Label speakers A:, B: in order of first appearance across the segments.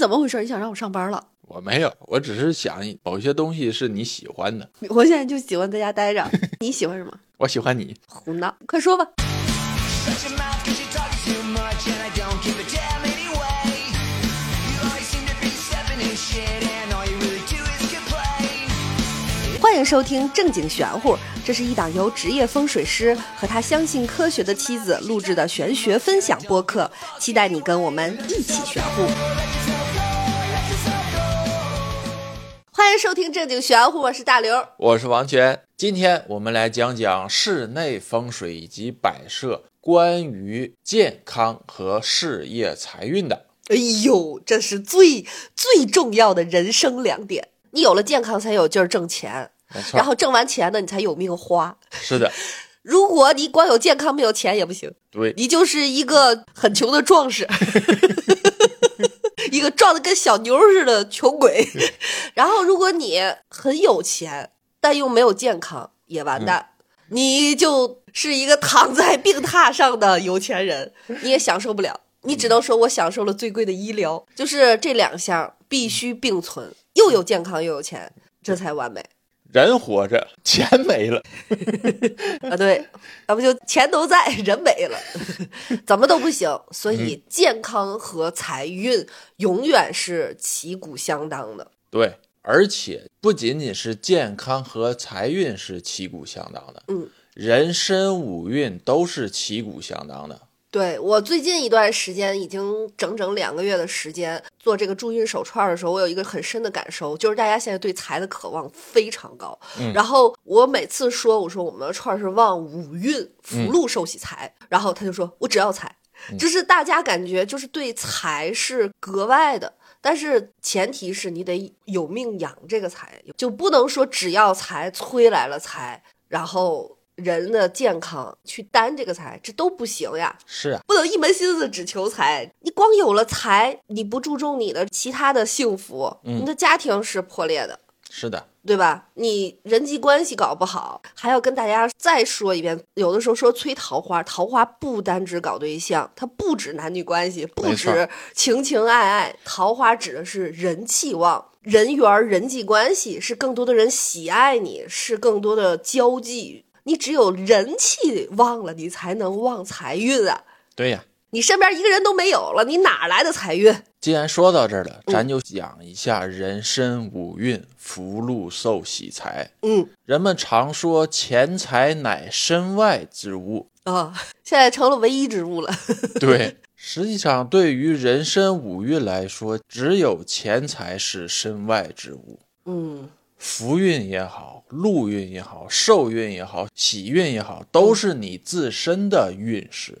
A: 怎么回事？你想让我上班了？
B: 我没有，我只是想某些东西是你喜欢的，
A: 我现在就喜欢在家待着。你喜欢什么？
B: 我喜欢你。
A: 胡闹，快说吧。
C: Shut your mouth cause you talk too much and I don't give a damn anyway. You always seem to be stepping in shit and all you really do is complain.
A: 欢迎收听正经玄乎，这是一档由职业风水师和他相信科学的妻子录制的玄学分享播客，期待你跟我们一起玄乎。欢迎收听正经玄乎，我是大刘。
B: 我是王权，今天我们来讲讲室内风水以及摆设关于健康和事业财运的。
A: 哎呦，这是最最重要的人生两点。你有了健康，才有劲儿挣钱，
B: 没错，
A: 然后挣完钱呢，你才有命花。
B: 是的，
A: 如果你光有健康没有钱也不行，
B: 对，
A: 你就是一个很穷的壮士， 一个壮的跟小牛似的穷鬼。然后，如果你很有钱，但又没有健康，也完蛋，你就是一个躺在病榻上的有钱人，你也享受不了。你只能说我享受了最贵的医疗，就是这两项必须并存，又有健康又有钱，这才完美
B: 人活着，钱没了，
A: 啊！对，要不就钱都在，人没了， 怎么都不行。所以健康和财运永远是旗鼓相当的。
B: 对，而且不仅仅是健康和财运是旗鼓相当的，
A: 嗯，
B: 人身五运都是旗鼓相当的。
A: 对我最近一段时间，已经整整两个月的时间做这个助孕手串的时候，我有一个很深的感受，就是大家现在对财的渴望非常高。
B: 嗯
A: 然后我每次说我说我们的串儿是旺五运福禄寿喜财，然后他就说我只要财，就是大家感觉就是对财是格外的。但是前提是你得有命养这个财，就不能说只要财催来了财，然后人的健康去担这个财，这都不行呀。
B: 是啊，
A: 不能一门心思只求财。你光有了财，你不注重你的其他的幸福，
B: 嗯
A: 你的家庭是破裂的，
B: 是的，
A: 对吧？你人际关系搞不好，还要跟大家再说一遍。有的时候说催桃花，桃花不单指搞对象，它不指男女关系，不
B: 没错
A: 指情情爱爱，桃花指的是人气旺。人缘儿、人际关系是更多的人喜爱你，是更多的交际。你只有人气旺了，你才能旺财运啊！
B: 对呀。
A: 你身边一个人都没有了，你哪来的财运？
B: 既然说到这儿了，
A: 嗯
B: 咱就讲一下人身五运福禄寿喜财。
A: 嗯
B: 人们常说钱财乃身外之物，
A: 啊、现在成了唯一之物了。
B: 对， 实际上对于人身五运来说，只有钱财是身外之物。
A: 嗯，
B: 福运也好，禄运也好，寿运也好，喜运也好，都是你自身的运势，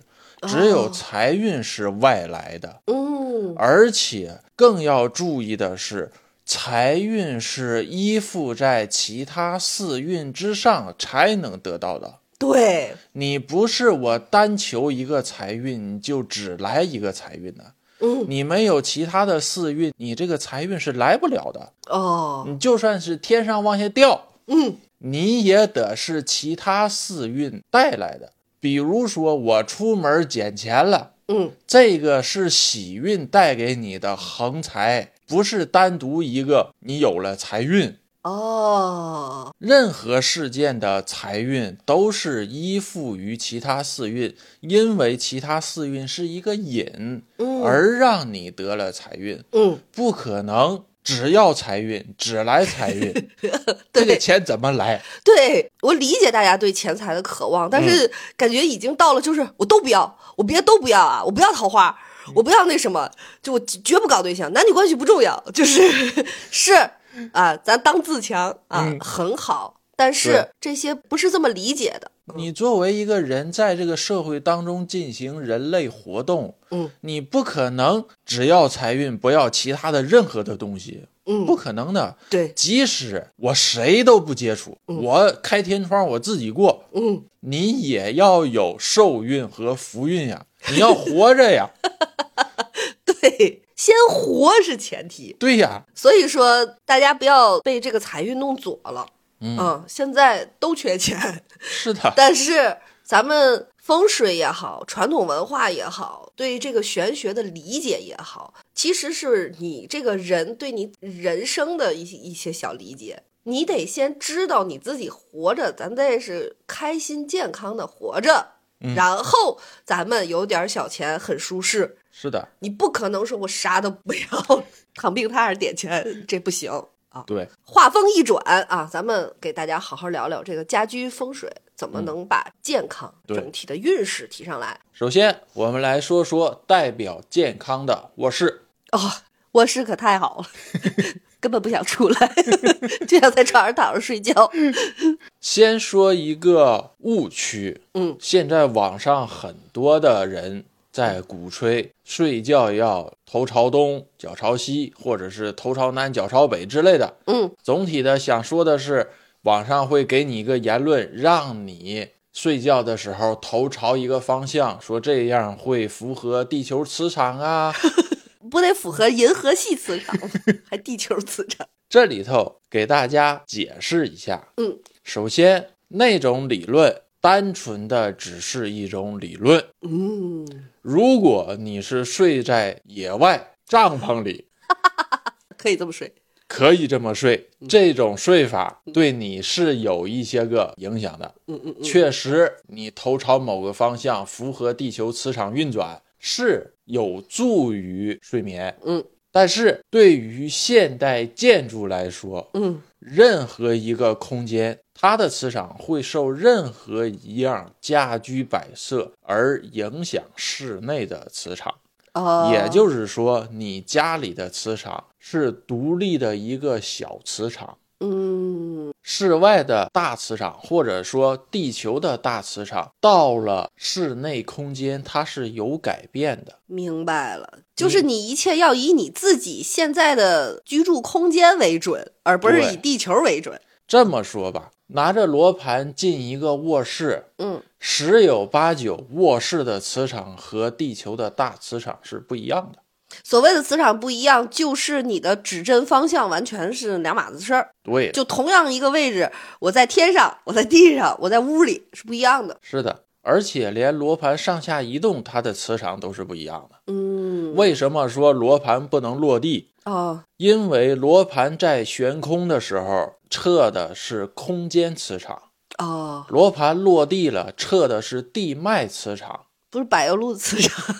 B: 只有
A: 嗯哦
B: 财运是外来的。
A: 嗯，
B: 而且更要注意的是，财运是依附在其他四运之上才能得到的。
A: 对，
B: 你不是我单求一个财运，你就只来一个财运的。
A: 嗯，
B: 你没有其他的四运，你这个财运是来不了的。
A: 哦，
B: 你就算是天上往下掉，
A: 嗯，
B: 你也得是其他四运带来的。比如说，我出门捡钱了。
A: 嗯，
B: 这个是喜运带给你的横财，不是单独一个你有了财运。
A: 哦，
B: 任何事件的财运都是依附于其他四运，因为其他四运是一个引，
A: 嗯
B: 而让你得了财运。
A: 嗯，
B: 不可能只要财运，只来财运，这个
A: 对
B: 钱怎么来？
A: 对，我理解大家对钱财的渴望，
B: 嗯
A: 但是感觉已经到了，就是我都不要，我别的都不要啊，我不要桃花，
B: 嗯
A: 我不要那什么，就我绝不搞对象，男女关系不重要，就是是啊，咱当自强啊，
B: 嗯
A: 很好，但是
B: 对
A: 这些不是这么理解的。
B: 你作为一个人，在这个社会当中进行人类活动，
A: 嗯，
B: 你不可能只要财运，不要其他的任何的东西，
A: 嗯
B: 不可能的。
A: 对，
B: 即使我谁都不接触，我开天窗我自己过，
A: 嗯，
B: 你也要有寿运和福运呀，你要活着呀，
A: 对，先活是前提。
B: 对呀，
A: 所以说，大家不要被这个财运弄左了。啊
B: 嗯
A: 现在都缺钱，
B: 是的，
A: 但是咱们风水也好，传统文化也好，对这个玄学的理解也好，其实是你这个人对你人生的一些一些小理解。你得先知道你自己活着，咱得是开心健康的活着，然后咱们有点小钱很舒适。
B: 是的，
A: 你不可能说我啥都不要，躺病榻上点钱，这不行啊。
B: 对，
A: 话锋一转啊，咱们给大家好好聊聊这个家居风水怎么能把健康
B: 对
A: 整体的运势提上来。
B: 首先我们来说说代表健康的卧室。
A: 哦，卧室可太好了， 根本不想出来，就想在床上躺着睡觉。
B: 先说一个误区，
A: 嗯，
B: 现在网上很多的人在鼓吹睡觉要头朝东、脚朝西，或者是头朝南、脚朝北之类的。
A: 嗯，
B: 总体的想说的是，网上会给你一个言论，让你睡觉的时候头朝一个方向，说这样会符合地球磁场啊。
A: 不得符合银河系磁场吗，还地球磁场？
B: 这里头给大家解释一下，
A: 嗯，
B: 首先那种理论单纯的只是一种理论，
A: 嗯，
B: 如果你是睡在野外帐篷里，
A: 可以这么睡。
B: 可以这么睡，
A: 嗯
B: 这种睡法对你是有一些个影响的。
A: 嗯嗯嗯，
B: 确实，你头朝某个方向，符合地球磁场运转，是有助于睡眠。
A: 嗯，
B: 但是对于现代建筑来说，
A: 嗯，
B: 任何一个空间，它的磁场会受任何一样家居摆设而影响室内的磁场。
A: 哦，
B: 也就是说，你家里的磁场是独立的一个小磁场，
A: 嗯
B: 室外的大磁场或者说地球的大磁场到了室内空间，它是有改变的。
A: 明白了，就是
B: 嗯
A: 你一切要以你自己现在的居住空间为准，而不是
B: 对
A: 以地球为准。
B: 这么说吧，拿着罗盘进一个卧室，
A: 嗯，
B: 十有八九卧室的磁场和地球的大磁场是不一样的。
A: 所谓的磁场不一样，就是你的指针方向完全是两码子事儿。
B: 对，
A: 就同样一个位置，我在天上，我在地上，我在屋里是不一样的。
B: 是的，而且连罗盘上下移动，它的磁场都是不一样的。
A: 嗯，
B: 为什么说罗盘不能落地？
A: 哦，
B: 因为罗盘在悬空的时候测的是空间磁场，
A: 哦，
B: 罗盘落地了测的是地脉磁场，
A: 不是柏油路磁场，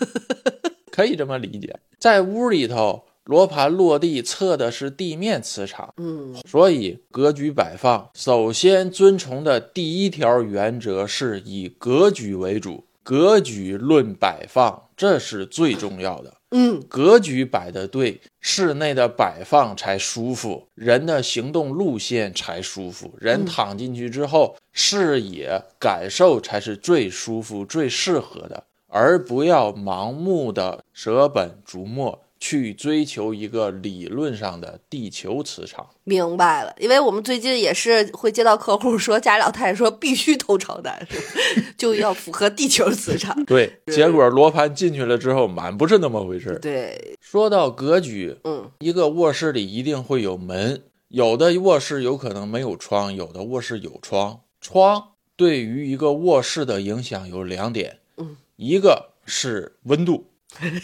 B: 可以这么理解。在屋里头，罗盘落地测的是地面磁场，
A: 嗯，
B: 所以格局摆放首先遵从的第一条原则是以格局为主，格局论摆放，这是最重要的。
A: 嗯，
B: 格局摆得对，室内的摆放才舒服，人的行动路线才舒服，人躺进去之后，视野感受才是最舒服、最适合的，而不要盲目的舍本逐末去追求一个理论上的地球磁场。
A: 明白了。因为我们最近也是会接到客户说，家里老太太说必须头朝南，是吧 就要符合地球磁场。
B: 对，结果罗盘进去了之后，满不是那么回事儿。
A: 对，
B: 说到格局，
A: 嗯，
B: 一个卧室里一定会有门，有的卧室有可能没有窗，有的卧室有窗。窗对于一个卧室的影响有两点，
A: 嗯，
B: 一个是温 度，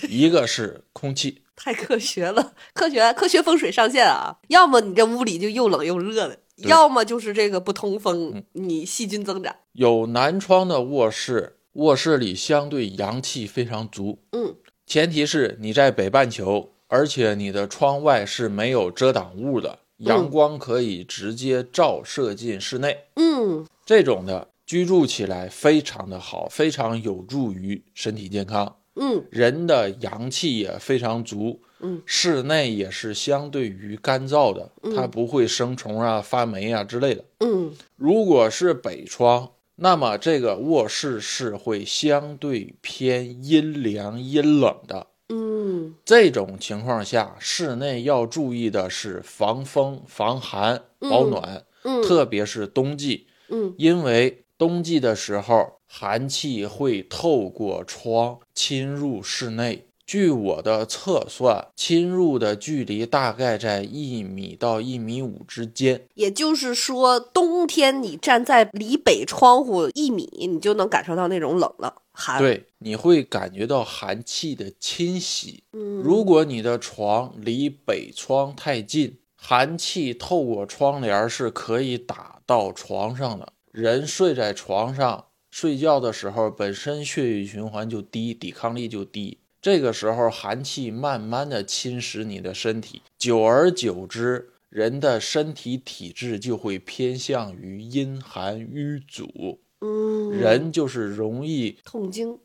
B: 一个是空气。
A: 太科学了，科学科学风水上线啊！要么你这屋里就又冷又热的，
B: 对嗯
A: 要么就是这个不通风，你细菌增长。
B: 有南窗的卧室，卧室里相对阳气非常足，
A: 嗯，
B: 前提是你在北半球，而且你的窗外是没有遮挡物的，阳光可以直接照射进室内。
A: 嗯，
B: 这种的居住起来非常的好，非常有助于身体健康，
A: 嗯，
B: 人的阳气也非常足。
A: 嗯，
B: 室内也是相对于干燥的，它不会生虫啊、发霉啊之类的。
A: 嗯，
B: 如果是北窗，那么这个卧室是会相对偏阴凉、阴冷的。
A: 嗯，
B: 这种情况下，室内要注意的是防风、防寒、保暖，
A: 嗯
B: 特别是冬季，
A: 嗯，
B: 因为冬季的时候寒气会透过窗侵入室内，据我的测算，侵入的距离大概在一米到一米五之间。
A: 也就是说，冬天你站在离北窗户一米，你就能感受到那种冷了寒。，
B: 对，你会感觉到寒气的侵袭。
A: 嗯
B: 如果你的床离北窗太近，寒气透过窗帘是可以打到床上的。人睡在床上睡觉的时候，本身血液循环就低，抵抗力就低。这个时候，寒气慢慢的侵蚀你的身体，久而久之，人的身体体质就会偏向于阴寒瘀阻，
A: 嗯，
B: 人就是容易
A: 痛 经，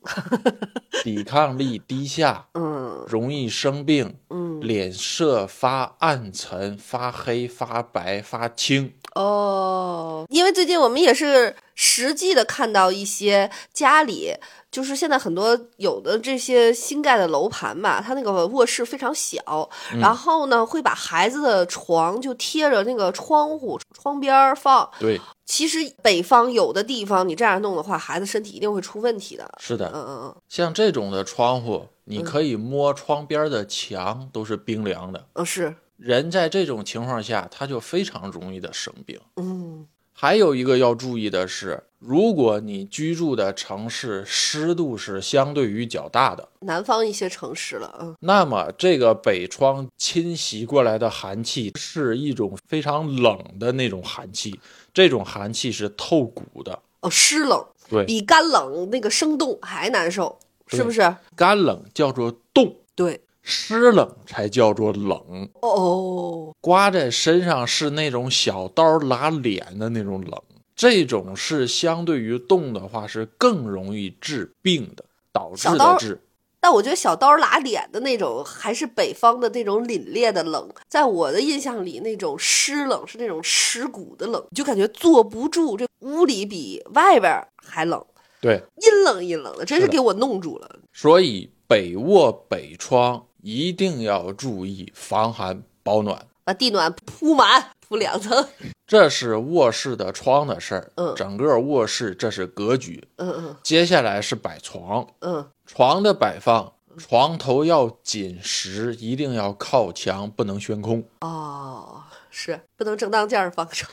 B: 抵抗力低下，
A: 嗯
B: 容易生病，
A: 嗯，
B: 脸色发暗沉、发黑、发白、发青。
A: 哦，因为最近我们也是实际的看到一些家里，就是现在很多有的这些新盖的楼盘吧，它那个卧室非常小，然后呢会把孩子的床就贴着那个窗户窗边儿放。
B: 对，
A: 其实北方有的地方你这样弄的话，孩子身体一定会出问题的。
B: 是
A: 嗯
B: 的，
A: 嗯嗯
B: 像这种的窗户，你可以摸窗边的墙，都是冰凉的。
A: 嗯，是，
B: 人在这种情况下，他就非常容易的生病。
A: 嗯
B: 还有一个要注意的是，如果你居住的城市湿度是相对于较大的，
A: 南方一些城市了，嗯
B: 那么这个北窗侵袭过来的寒气是一种非常冷的那种寒气，这种寒气是透骨的。
A: 哦，湿冷
B: 对，
A: 比干冷那个生冻还难受，是不是？
B: 干冷叫做冻，
A: 对，
B: 湿冷才叫做冷。
A: 哦，
B: 刮在身上是那种小刀拉脸的那种冷，这种是相对于冻的话是更容易治病的，导致
A: 小刀
B: 的治。
A: 但我觉得小刀拉脸的那种，还是北方的那种凛冽的冷。在我的印象里，那种湿冷是那种蚀骨的冷，就感觉坐不住，这屋里比外边儿还冷，
B: 对，
A: 阴冷阴冷的，真是
B: 是的
A: 给我弄住了。
B: 所以北卧北窗一定要注意防寒保暖。
A: 把地暖铺满，铺两层。
B: 这是卧室的窗的事儿，
A: 嗯
B: 整个卧室这是格局。
A: 嗯嗯
B: 接下来是摆床，
A: 嗯，
B: 床的摆放，床头要紧实，一定要靠墙，不能悬空。
A: 哦，是不能正当间儿放上。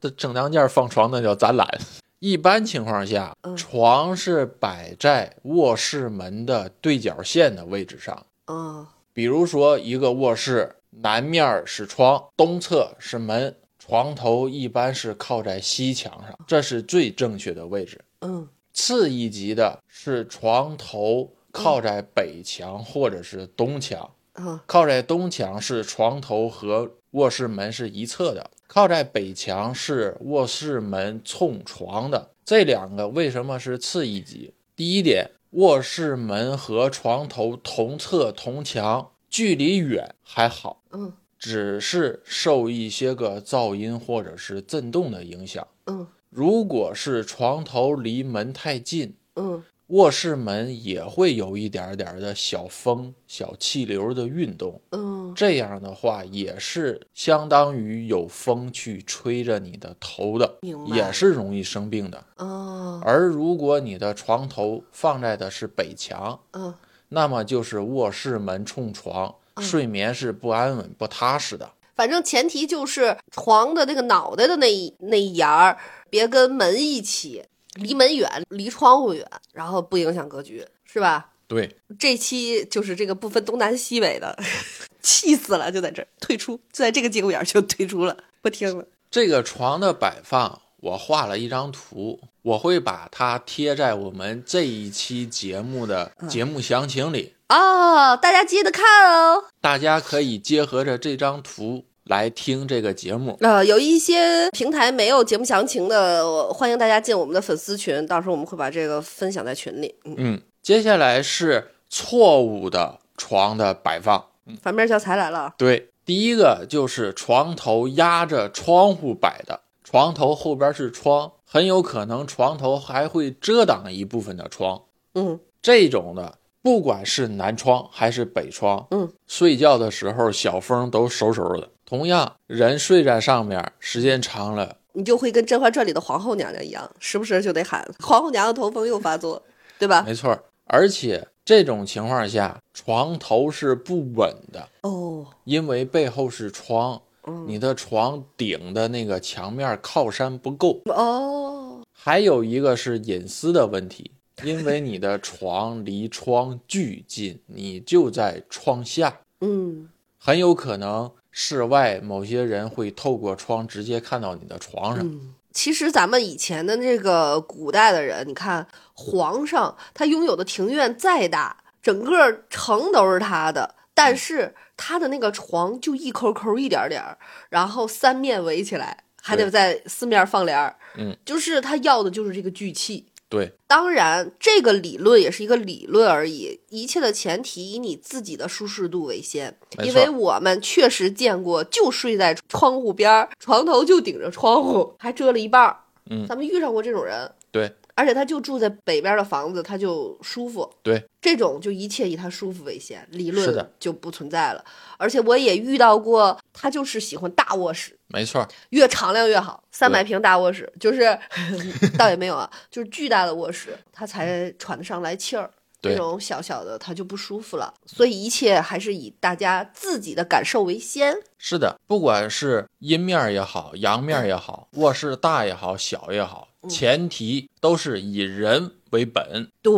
B: 这正当间放床那叫展览。一般情况下
A: 嗯，
B: 床是摆在卧室门的对角线的位置上。
A: 嗯
B: 比如说，一个卧室南面是窗，东侧是门，床头一般是靠在西墙上，这是最正确的位置。
A: 嗯
B: 次一级的是床头靠在北墙或者是东墙，
A: 嗯
B: 靠在东墙是床头和卧室门是一侧的，靠在北墙是卧室门冲床的。这两个为什么是次一级？第一点，卧室门和床头同侧同墙，距离远还好，
A: 嗯
B: 只是受一些个噪音或者是震动的影响。
A: 嗯
B: 如果是床头离门太近，
A: 嗯
B: 卧室门也会有一点点的小风、小气流的运动。
A: 嗯，
B: 这样的话，也是相当于有风去吹着你的头的
A: 明，白
B: 也是容易生病的。
A: 哦
B: 而如果你的床头放在的是北墙，
A: 嗯
B: 那么就是卧室门冲床，睡眠是不安稳、不踏实的。
A: 反正前提就是床的那个脑袋的那一那一沿儿，别跟门一起，离门远，离窗户远，然后不影响格局，是吧？
B: 对，
A: 这期就是这个不分东南西北的， 气死了！就在这儿退出，就在这个节骨眼儿就退出了，不听了。
B: 这个床的摆放，我画了一张图，我会把它贴在我们这一期节目的节目详情里，
A: 哦，大家记得看哦。
B: 大家可以结合着这张图来听这个节目。
A: 呃，有一些平台没有节目详情的，我欢迎大家进我们的粉丝群，到时候我们会把这个分享在群里。嗯，
B: 嗯，接下来是错误的床的摆放。
A: 反面教材来了。
B: 对，第一个就是床头压着窗户摆的，床头后边是窗，很有可能床头还会遮挡一部分的窗。
A: 嗯
B: 这种的，不管是南窗还是北窗，
A: 嗯，
B: 睡觉的时候小风都嗖嗖的。同样，人睡在上面时间长了，
A: 你就会跟《甄嬛传》里的皇
B: 哎
A: 后娘娘一样，时不时就得喊“皇后娘娘头风又发作”，对吧？
B: 没错儿。而且这种情况下，床头是不稳的，
A: 哦，
B: 因为背后是窗，你的床顶的那个墙面靠山不够。
A: 哦，
B: 还有一个是隐私的问题，因为你的床离窗巨近，你就在窗下，
A: 嗯，
B: 很有可能室外某些人会透过窗直接看到你的床上。
A: 嗯其实咱们以前的这个古代的人，你看皇上他拥有的庭院再大，整个城都是他的，但是他的那个床就一抠抠一点儿点儿，然后三面围起来，还得
B: 对
A: 在四面放帘儿，
B: 嗯，
A: 就是他要的就是这个聚气。
B: 对，
A: 当然，这个理论也是一个理论而已，一切的前提以你自己的舒适度为先。
B: 没错
A: 因为我们确实见过，就睡在窗户边儿，床头就顶着窗户，还遮了一半儿。
B: 嗯
A: 咱们遇上过这种人，
B: 对，
A: 而且他就住在北边的房子，他就舒服。
B: 对，
A: 这种就一切以他舒服为先，理
B: 是
A: 论
B: 的
A: 就不存在了。而且我也遇到过，他就是喜欢大卧室，
B: 没错儿，
A: 越敞亮越好，三百
B: 对
A: 平大卧室就是 倒也没有啊，就是巨大的卧室，他才喘得上来气儿。
B: 对
A: 这种小小的他就不舒服了，所以一切还是以大家自己的感受为先。
B: 是的，不管是阴面儿也好，阳面儿也好，卧室大也好，小也好，前提都是以人为本。
A: 对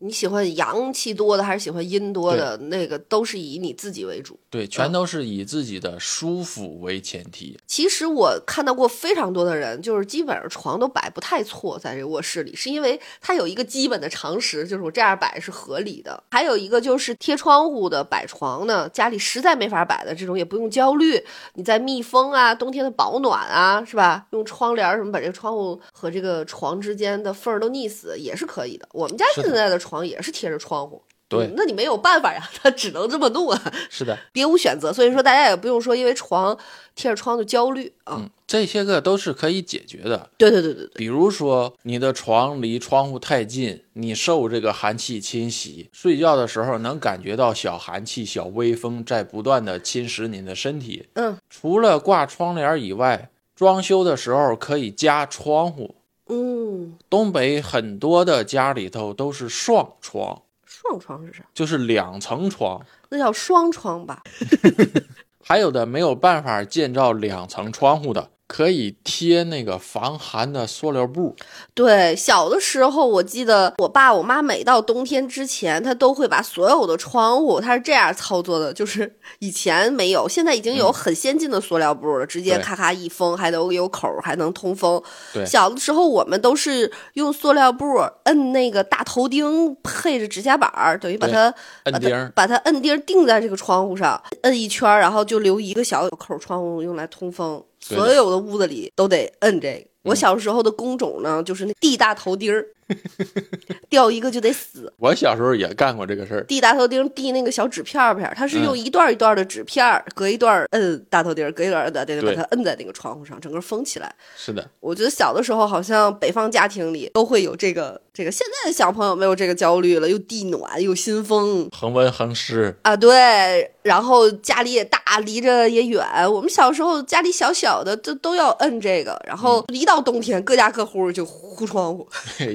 A: 你喜欢阳气多的还是喜欢阴多的，那个都是以你自己为主。
B: 对，全都是以自己的舒服为前提。
A: 其实我看到过非常多的人，就是基本上床都摆不太错，在这卧室里，是因为他有一个基本的常识，就是我这样摆是合理的。还有一个就是贴窗户的摆床呢，家里实在没法摆的这种也不用焦虑，你在密封啊、冬天的保暖啊，是吧？用窗帘儿什么把这个窗户和这个床之间的缝儿都腻死也是可以的。我们家
B: 是
A: 现
B: 的
A: 在的床也是贴着窗户。
B: 对
A: 嗯那你没有办法呀，他只能这么弄啊，
B: 是的，
A: 别无选择。所以说，大家也不用说因为床贴着窗就焦虑啊。
B: 嗯，这些个都是可以解决的。
A: 对对对对对，
B: 比如说，你的床离窗户太近，你受这个寒气侵袭，睡觉的时候能感觉到小寒气、小微风在不断的侵蚀您的身体。
A: 嗯
B: 除了挂窗帘以外，装修的时候可以加窗户。
A: 嗯，
B: 东北很多的家里头都是双床，
A: 双床是啥？
B: 就是两层床，
A: 那叫双床吧？
B: 还有的没有办法建造两层窗户的，可以贴那个防寒的塑料布。
A: 对，小的时候我记得我爸我妈每到冬天之前，他都会把所有的窗户，他是这样操作的，就是以前没有，现在已经有很先进的塑料布了，直接
B: 嗯对
A: 咔咔一封，还能有口儿，还能通风。
B: 对
A: 小的时候我们都是用塑料布摁那个大头钉，配着指甲板儿，等于把
B: 对
A: 它呃把
B: 摁
A: 它
B: 钉儿
A: 把它摁钉儿钉在这个窗户上，摁一圈儿，然后就留一个小口儿窗户用来通风。
B: 对的嗯
A: 所有的屋子里都得摁这个。我小时候的工种呢，就是那地大头钉儿，掉一个就得死。
B: 我小时候也干过这个事儿，
A: 地大头钉儿递那个小纸片儿片儿，它是用
B: 嗯
A: 一段儿一段儿的纸片儿，隔一段儿摁大头钉儿，隔一段儿摁大头钉儿，把
B: 对
A: 它摁在那个窗户上，整个封起来。
B: 是 的，
A: 我觉得小的时候好像北方家庭里都会有这个这个，现在的小朋友没有这个焦虑了，又地暖又新风，
B: 恒温恒湿，
A: 啊，对，然后家里也大，离着也远。我们小时候家里小小的，都都要摁这个，然后一到冬天，各家各户就糊窗户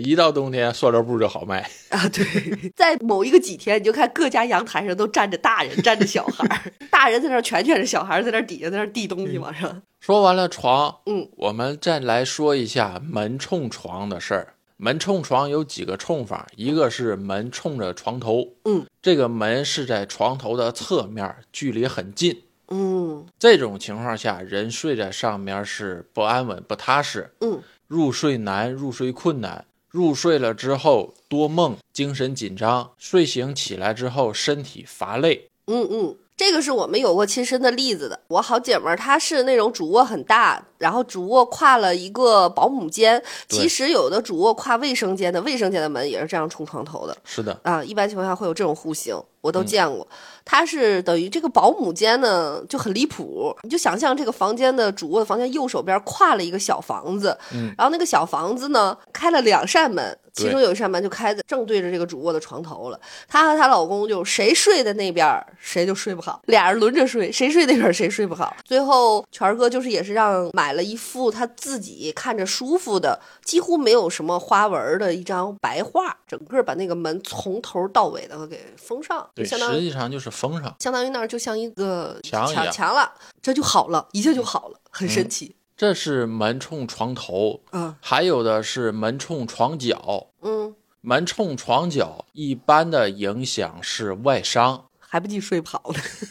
B: 一到冬天塑料布就好卖。
A: 啊。对， 在某一个几天，你就看各家阳台上都站着大人，站着小孩儿， 大人在那儿拳拳着小孩儿，在那儿底下在那儿递东西往上。
B: 说完了床，
A: 嗯，
B: 我们再来说一下门冲床的事儿。门冲床有几个冲法，一个是门冲着床头，
A: 嗯，
B: 这个门是在床头的侧面，距离很近。
A: 嗯
B: 这种情况下，人睡在上面是不安稳、不踏实，
A: 嗯，
B: 入睡难、入睡困难。入睡了之后多梦，精神紧张；睡醒起来之后身体乏累。
A: 嗯嗯，这个是我们有过亲身的例子的。我好姐们儿她是那种主卧很大，然后主卧跨了一个保姆间，
B: 对
A: 其实有的主卧跨卫生间的，卫生间的门也是这样冲床头的
B: 是的，
A: 啊。一般情况下会有这种户型。我都见过。它是等于这个保姆间呢就很离谱，你就想象这个房间的主卧的房间右手边跨了一个小房子，然后那个小房子呢开了两扇门，
B: 对
A: 其中有一扇门就开的正对着这个主卧的床头了。她和她老公就谁睡在那边儿谁就睡不好，俩人轮着睡，谁睡那边儿谁睡不好。最后权儿哥就是也是让买了一副他自己看着舒服的，几乎没有什么花纹儿的一张白画，整个把那个门从头到尾的给封上，就
B: 对，
A: 相当
B: 实
A: 于
B: 际上就是封上。
A: 相当于那儿就像一个
B: 墙一
A: 墙
B: 样
A: 墙了，这就好了，一切就好了，很神奇。
B: 这是门冲床头，
A: 嗯
B: 还有的是门冲床角。
A: 嗯，
B: 门冲床角一般的影响是外伤，
A: 还不济睡不好呢，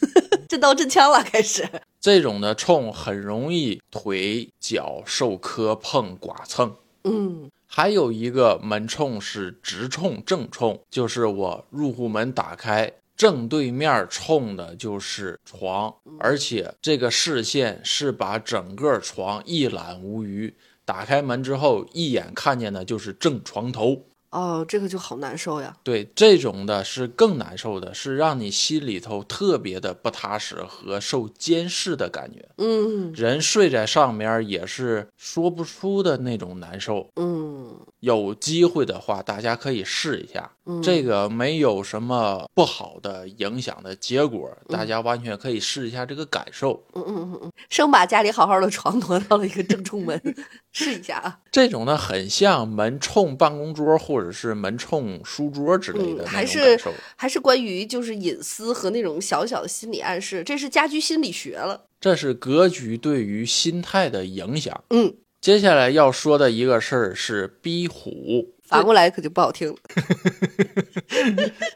A: 真刀真枪了，开始。
B: 这种的冲很容易腿脚受磕碰剐蹭。
A: 嗯
B: 还有一个门冲是直冲正冲，就是我入户门打开，正对面冲的就是床，而且这个视线是把整个床一览无余。打开门之后，一眼看见的就是正床头。
A: 哦，这个就好难受呀。
B: 对，这种的是更难受的，是让你心里头特别的不踏实和受监视的感觉。
A: 嗯
B: 人睡在上面也是说不出的那种难受。
A: 嗯。
B: 有机会的话，大家可以试一下，
A: 嗯
B: 这个没有什么不好的影响的结果，
A: 嗯
B: 大家完全可以试一下这个感受。
A: 生把家里好好的床挪到了一个正 冲门，试一下啊。
B: 这种呢，很像门冲办公桌或者是门冲书桌之类
A: 嗯，
B: 的那
A: 还
B: 种
A: 是
B: 感受。
A: 还是关于就是隐私和那种小小的心理暗示，这是家居心理学了。
B: 这是格局对于心态的影响。
A: 嗯，
B: 接下来要说的一个事儿是逼虎。
A: 反过来可就不好听了。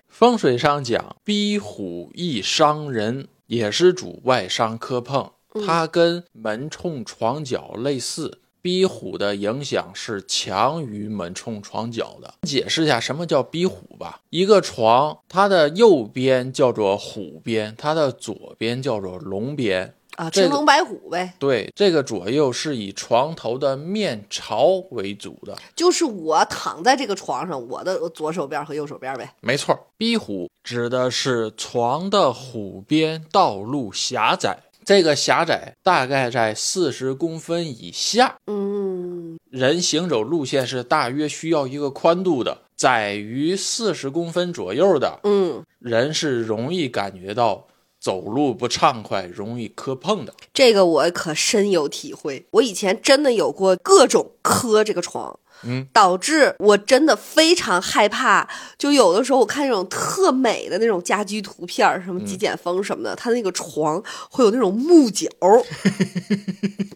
B: 风水上讲，逼虎易伤人，也是主外伤磕碰。它跟门冲床角类似，逼虎的影响是强于门冲床角的。解释一下什么叫逼虎吧。一个床，它的右边叫做虎边，它的左边叫做龙边。
A: 啊，
B: 这
A: 青
B: 个
A: 龙白虎呗，
B: 对，这个左右是以床头的面朝为主的。
A: 就是我躺在这个床上，我的左手边和右手边呗。
B: 没错，逼虎指的是床的虎边道路狭窄，这个狭窄大概在四十公分以下，
A: 嗯，
B: 人行走路线是大约需要一个宽度的，窄于四十公分左右的，
A: 嗯，
B: 人是容易感觉到走路不畅快，容易磕碰的。
A: 这个我可深有体会。我以前真的有过各种磕这个床，
B: 嗯，
A: 导致我真的非常害怕。就有的时候我看那种特美的那种家居图片儿，什
B: 嗯
A: 么极简风什么的，它那个床会有那种木角 儿，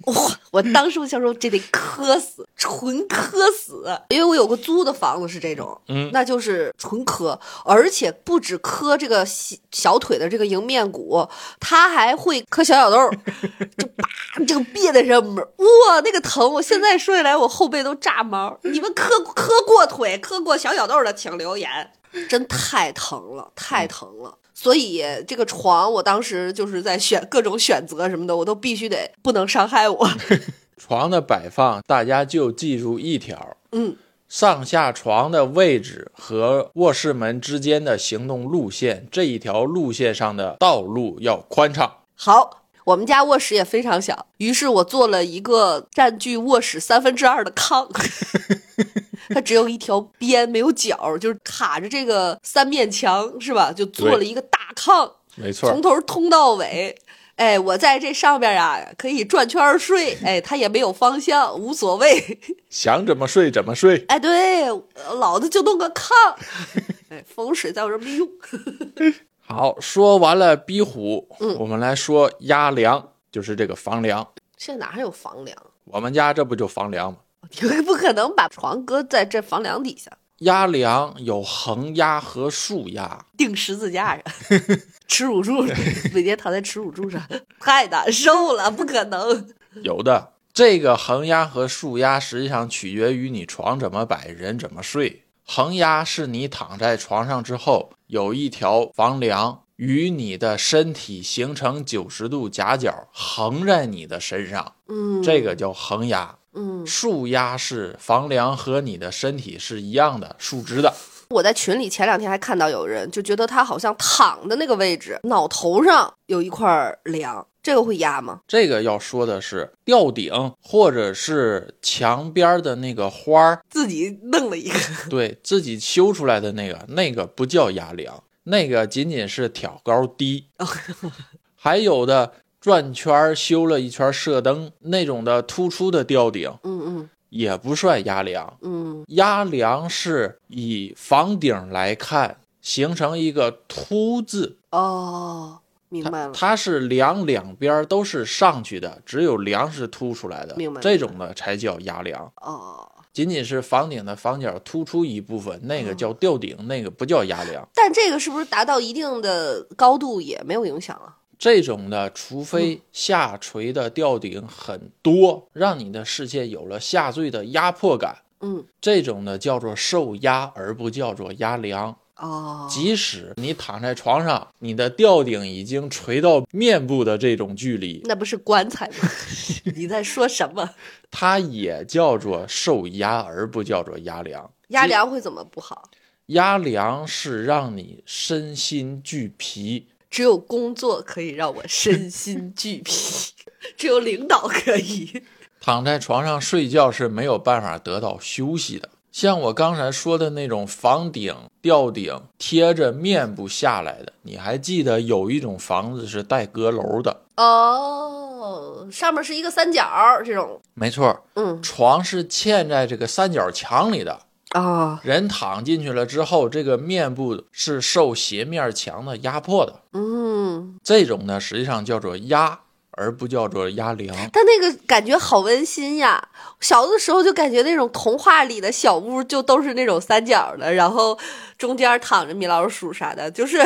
A: 哇！我当时我想说这得磕死，纯磕死，因为我有个租的房子是这种，
B: 嗯
A: 那就是纯磕，而且不止磕这个小小腿的这个迎面骨，它还会磕小脚豆儿，就叭这个别在上面，哇，那个疼！我现在说起来，我后背都炸毛。你们磕磕过腿、磕过小脚豆儿的，请留言。真太疼了，太疼了。所以这个床，我当时就是在选各种选择什么的，我都必须得不能伤害我。
B: 床的摆放，大家就记住一条，
A: 嗯，
B: 上下床的位置和卧室门之间的行动路线，这一条路线上的道路要宽敞。
A: 好，我们家卧室也非常小，于是我做了一个占据卧室三分之二的炕， 它只有一条边，没有角，就是卡着这个三面墙，是吧？就做了一个大炕，
B: 没错
A: 从，头通到尾。哎，我在这上边啊，可以转圈儿睡，哎，它也没有方向，无所谓。
B: 想怎么睡怎么睡。
A: 哎，对，老子就弄个炕，哎，风水在我这没用。
B: 好，说完了逼虎，我们来说压梁，就是这个房梁。
A: 现在哪还有房梁？啊
B: 我们家这不就房梁吗？
A: 你们不可能把床搁在这房梁底下。
B: 压梁有横压和竖压，
A: 钉十字架上， 耻辱柱上，每天躺在耻辱柱上，太难受了，不可能。
B: 有的。这个横压和竖压实际上取决于你床怎么摆，人怎么睡。横压是你躺在床上之后，有一条房梁与你的身体形成九十度夹角，横在你的身上，
A: 嗯，
B: 这个叫横压。
A: 嗯
B: 竖压是房梁和你的身体是一样的，竖直的。
A: 我在群里前两天还看到有人就觉得他好像躺的那个位置，脑头上有一块梁，这个会压吗？
B: 这个要说的是吊顶或者是墙边的那个花儿，
A: 自己弄了一个，
B: 对自己修出来的那个，那个不叫压梁，那个仅仅是挑高 低。还有的转圈儿修了一圈射灯那种的突出的吊顶，
A: 嗯嗯
B: 也不算压梁。
A: 嗯
B: 压梁是以房顶来看，形成一个凸字，
A: 哦，明白了，
B: 它是梁两边都是上去的，只有梁是凸出来的。
A: 明白
B: 这种呢才叫压梁，
A: 哦。
B: 仅仅是房顶的房角突出一部分，那
A: 嗯
B: 个叫吊顶，那个不叫压梁。
A: 但这个是不是达到一定的高度也没有影响啊？
B: 这种呢，除非下垂的吊顶很多，让你的视线有了下坠的压迫感，
A: 嗯，
B: 这种呢叫做受压，而不叫做压梁。
A: 哦，
B: 即使你躺在床上，你的吊顶已经垂到面部的这种距离，
A: 那不是棺材吗？ 你在说什么？
B: 它也叫做受压，而不叫做压梁。
A: 压梁会怎么不好？
B: 压梁是让你身心俱疲，
A: 只有工作可以让我身心俱疲， 只有领导可以。
B: 躺在床上睡觉是没有办法得到休息的。像我刚才说的那种房顶、吊顶贴着面部下来的，你还记得有一种房子是带阁楼的？
A: 哦，上面是一个三角儿这种，
B: 没错，
A: 嗯
B: 床是嵌在这个三角墙里的。
A: 啊，
B: 人躺进去了之后，这个面部是受斜面墙的压迫的。
A: 嗯，
B: 这种呢，实际上叫做压，而不叫做压梁。
A: 但那个感觉好温馨呀！小的时候就感觉那种童话里的小屋就都是那种三角的，然后中间躺着米老鼠啥的， 就是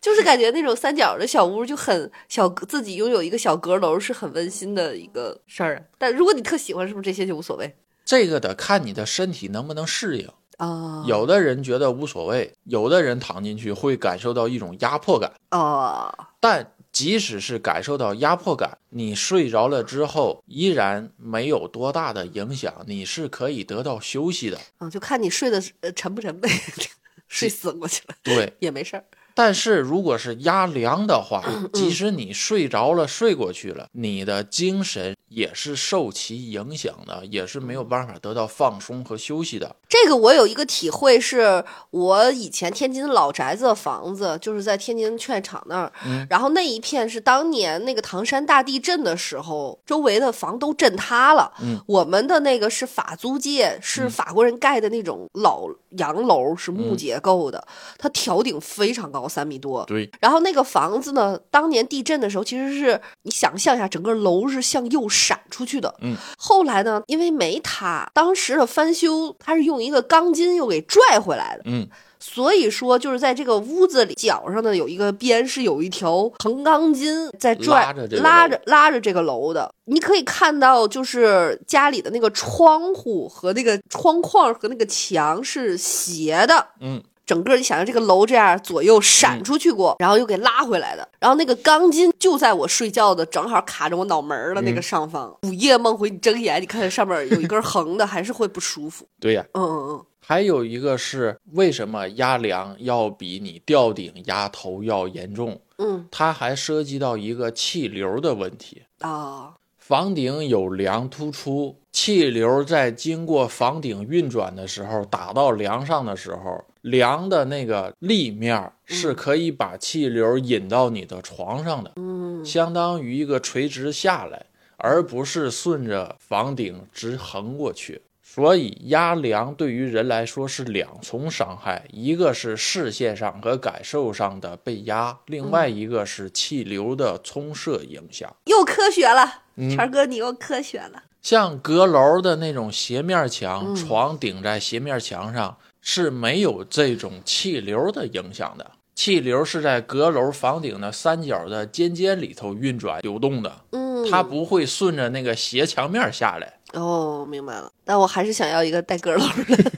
A: 就是感觉那种三角的小屋就很小，自己拥有一个小阁楼是很温馨的一个事儿啊。但如果你特喜欢，是不是这些就无所谓
B: 这个得看你的身体能不能适应。
A: 啊？
B: 有的人觉得无所谓，有的人躺进去会感受到一种压迫感。
A: 哦，
B: 但即使是感受到压迫感，你睡着了之后依然没有多大的影响，你是可以得到休息的。
A: 啊，就看你睡得呃沉不沉呗， 睡死过去了
B: 对，
A: 也没事儿。
B: 但是如果是压梁的话，即使你睡着了、睡过去了，你的精神也是受其影响的，也是没有办法得到放松和休息的。
A: 这个我有一个体会是，我以前天津老宅子的房子就是在天津劝厂那儿，然后那一片是当年那个唐山大地震的时候，周围的房都震塌了。
B: 嗯
A: 我们的那个是法租界，是法国人盖的那种老洋楼，是木结构的，它挑顶非常高，三米多。
B: 对，
A: 然后那个房子呢，当年地震的时候，其实是你想象一下，整个楼是向右闪出去的。
B: 嗯，
A: 后来呢，因为没塌，当时的翻修，它是用一个钢筋又给拽回来的。
B: 嗯，
A: 所以说，就是在这个屋子里脚上呢，有一个边是有一条横钢筋在拽，
B: 拉着这个
A: 拉
B: 楼
A: 着拉着这个楼的。你可以看到，就是家里的那个窗户和那个窗框和那个墙是斜的。
B: 嗯，
A: 整个你想象这个楼这样左右闪出去过，然后又给拉回来的，然后那个钢筋就在我睡觉的正好卡着我脑门儿的那个上方。午夜梦回，你睁眼，你看见上面有一根横的， 还是会不舒服。
B: 对呀、
A: 嗯嗯嗯，
B: 还有一个是为什么压梁要比你吊顶压头要严重？
A: 嗯
B: 它还涉及到一个气流的问题。
A: 啊、
B: 房顶有梁突出，气流在经过房顶运转的时候，打到梁上的时候，梁的那个立面儿是可以把气流引到你的床上的，
A: 嗯，
B: 相当于一个垂直下来，而不是顺着房顶直横过去。所以压梁对于人来说是两重伤害，一个是视线上和感受上的被压，另外一个是气流的冲射影响。
A: 又科学了，权儿哥，你又科学了。
B: 像阁楼的那种斜面墙，
A: 嗯
B: 床顶在斜面墙上是没有这种气流的影响的。气流是在阁楼房顶的三角的尖尖里头运转流动的，
A: 嗯，
B: 它不会顺着那个斜墙面下来。
A: 哦，明白了。但我还是想要一个带阁楼的，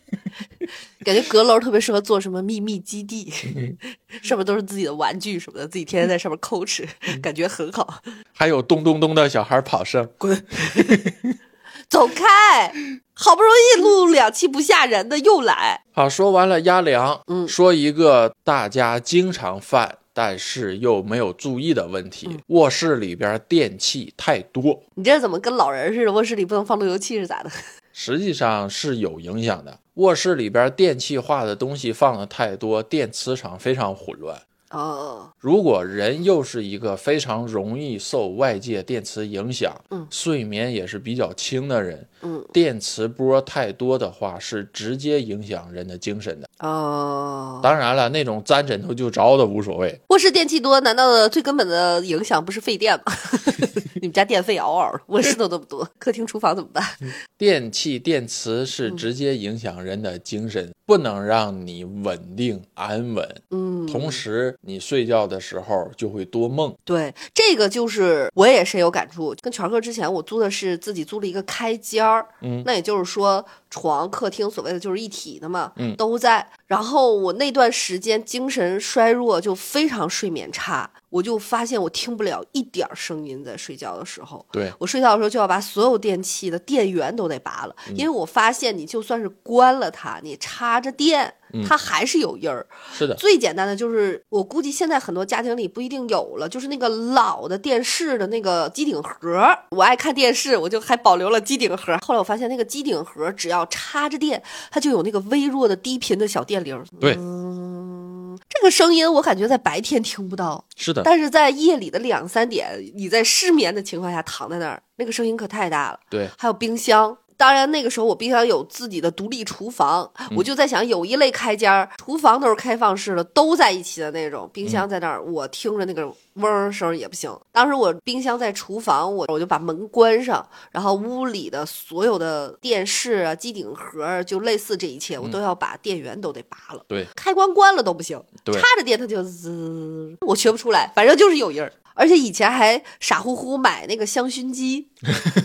A: 感觉阁楼特别适合做什么秘密基地， 上面都是自己的玩具什么的，自己天天在上面抠嗯哧，感觉很好。
B: 还有咚咚咚的小孩跑声，
A: 滚！走开！好不容易录两期不吓人的，又来。
B: 好，说完了压梁，
A: 嗯
B: 说一个大家经常犯但是又没有注意的问题：
A: 嗯
B: 卧室里边电器太多。
A: 你这怎么跟老人似的？卧室里不能放路由器是咋的？
B: 实际上是有影响的。卧室里边电气化的东西放的太多，电磁场非常混乱。
A: 哦，
B: 如果人又是一个非常容易受外界电磁影响，
A: 嗯
B: 睡眠也是比较轻的人，
A: 嗯，
B: 电磁波太多的话是直接影响人的精神的。
A: 哦，
B: 当然了，那种沾枕头就着的无所谓，
A: 卧室电器多，难道最根本的影响不是费电吗？ 你们家电费嗷嗷的，卧室都那么多，客厅、厨房怎么办？
B: 电器电磁是
A: 嗯
B: 直接影响人的精神，不能让你稳定安稳。
A: 嗯，
B: 同时，你睡觉的时候就会多梦。
A: 对，这个就是我也深有感触。跟全哥之前，我租的是自己租了一个开间儿，
B: 嗯
A: 那也就是说床、客厅所谓的就是一体的嘛，
B: 嗯
A: 都在。然后我那段时间精神衰弱，就非常睡眠差，我就发现我听不了一点儿声音，在睡觉的时候。
B: 对，
A: 我睡觉的时候就要把所有电器的电源都得拔了，
B: 嗯
A: 因为我发现你就算是关了它，你插着电，
B: 嗯
A: 它还是有音儿。
B: 是的，
A: 最简单的就是，我估计现在很多家庭里不一定有了，就是那个老的电视的那个机顶盒。我爱看电视，我就还保留了机顶盒。后来我发现那个机顶盒只要插着电，它就有那个微弱的低频的小电铃。
B: 对，
A: 嗯，这个声音我感觉在白天听不到，
B: 是的，
A: 但是在夜里的两三点，你在失眠的情况下躺在那儿，那个声音可太大了。
B: 对，
A: 还有冰箱。当然，那个时候我冰箱有自己的独立厨房，我就在想，有一类开间儿，厨房都是开放式的，都在一起的那种，冰箱在那儿，我听着那个嗡儿声儿也不行。当时我冰箱在厨房，我我就把门关上，然后屋里的所有的电视啊、机顶盒儿，就类似这一切，我都要把电源都得拔了，
B: 对，
A: 开关关了都不行，
B: 对
A: 插着电它就滋，我学不出来，反正就是有音儿。而且以前还傻乎乎买那个香薰机，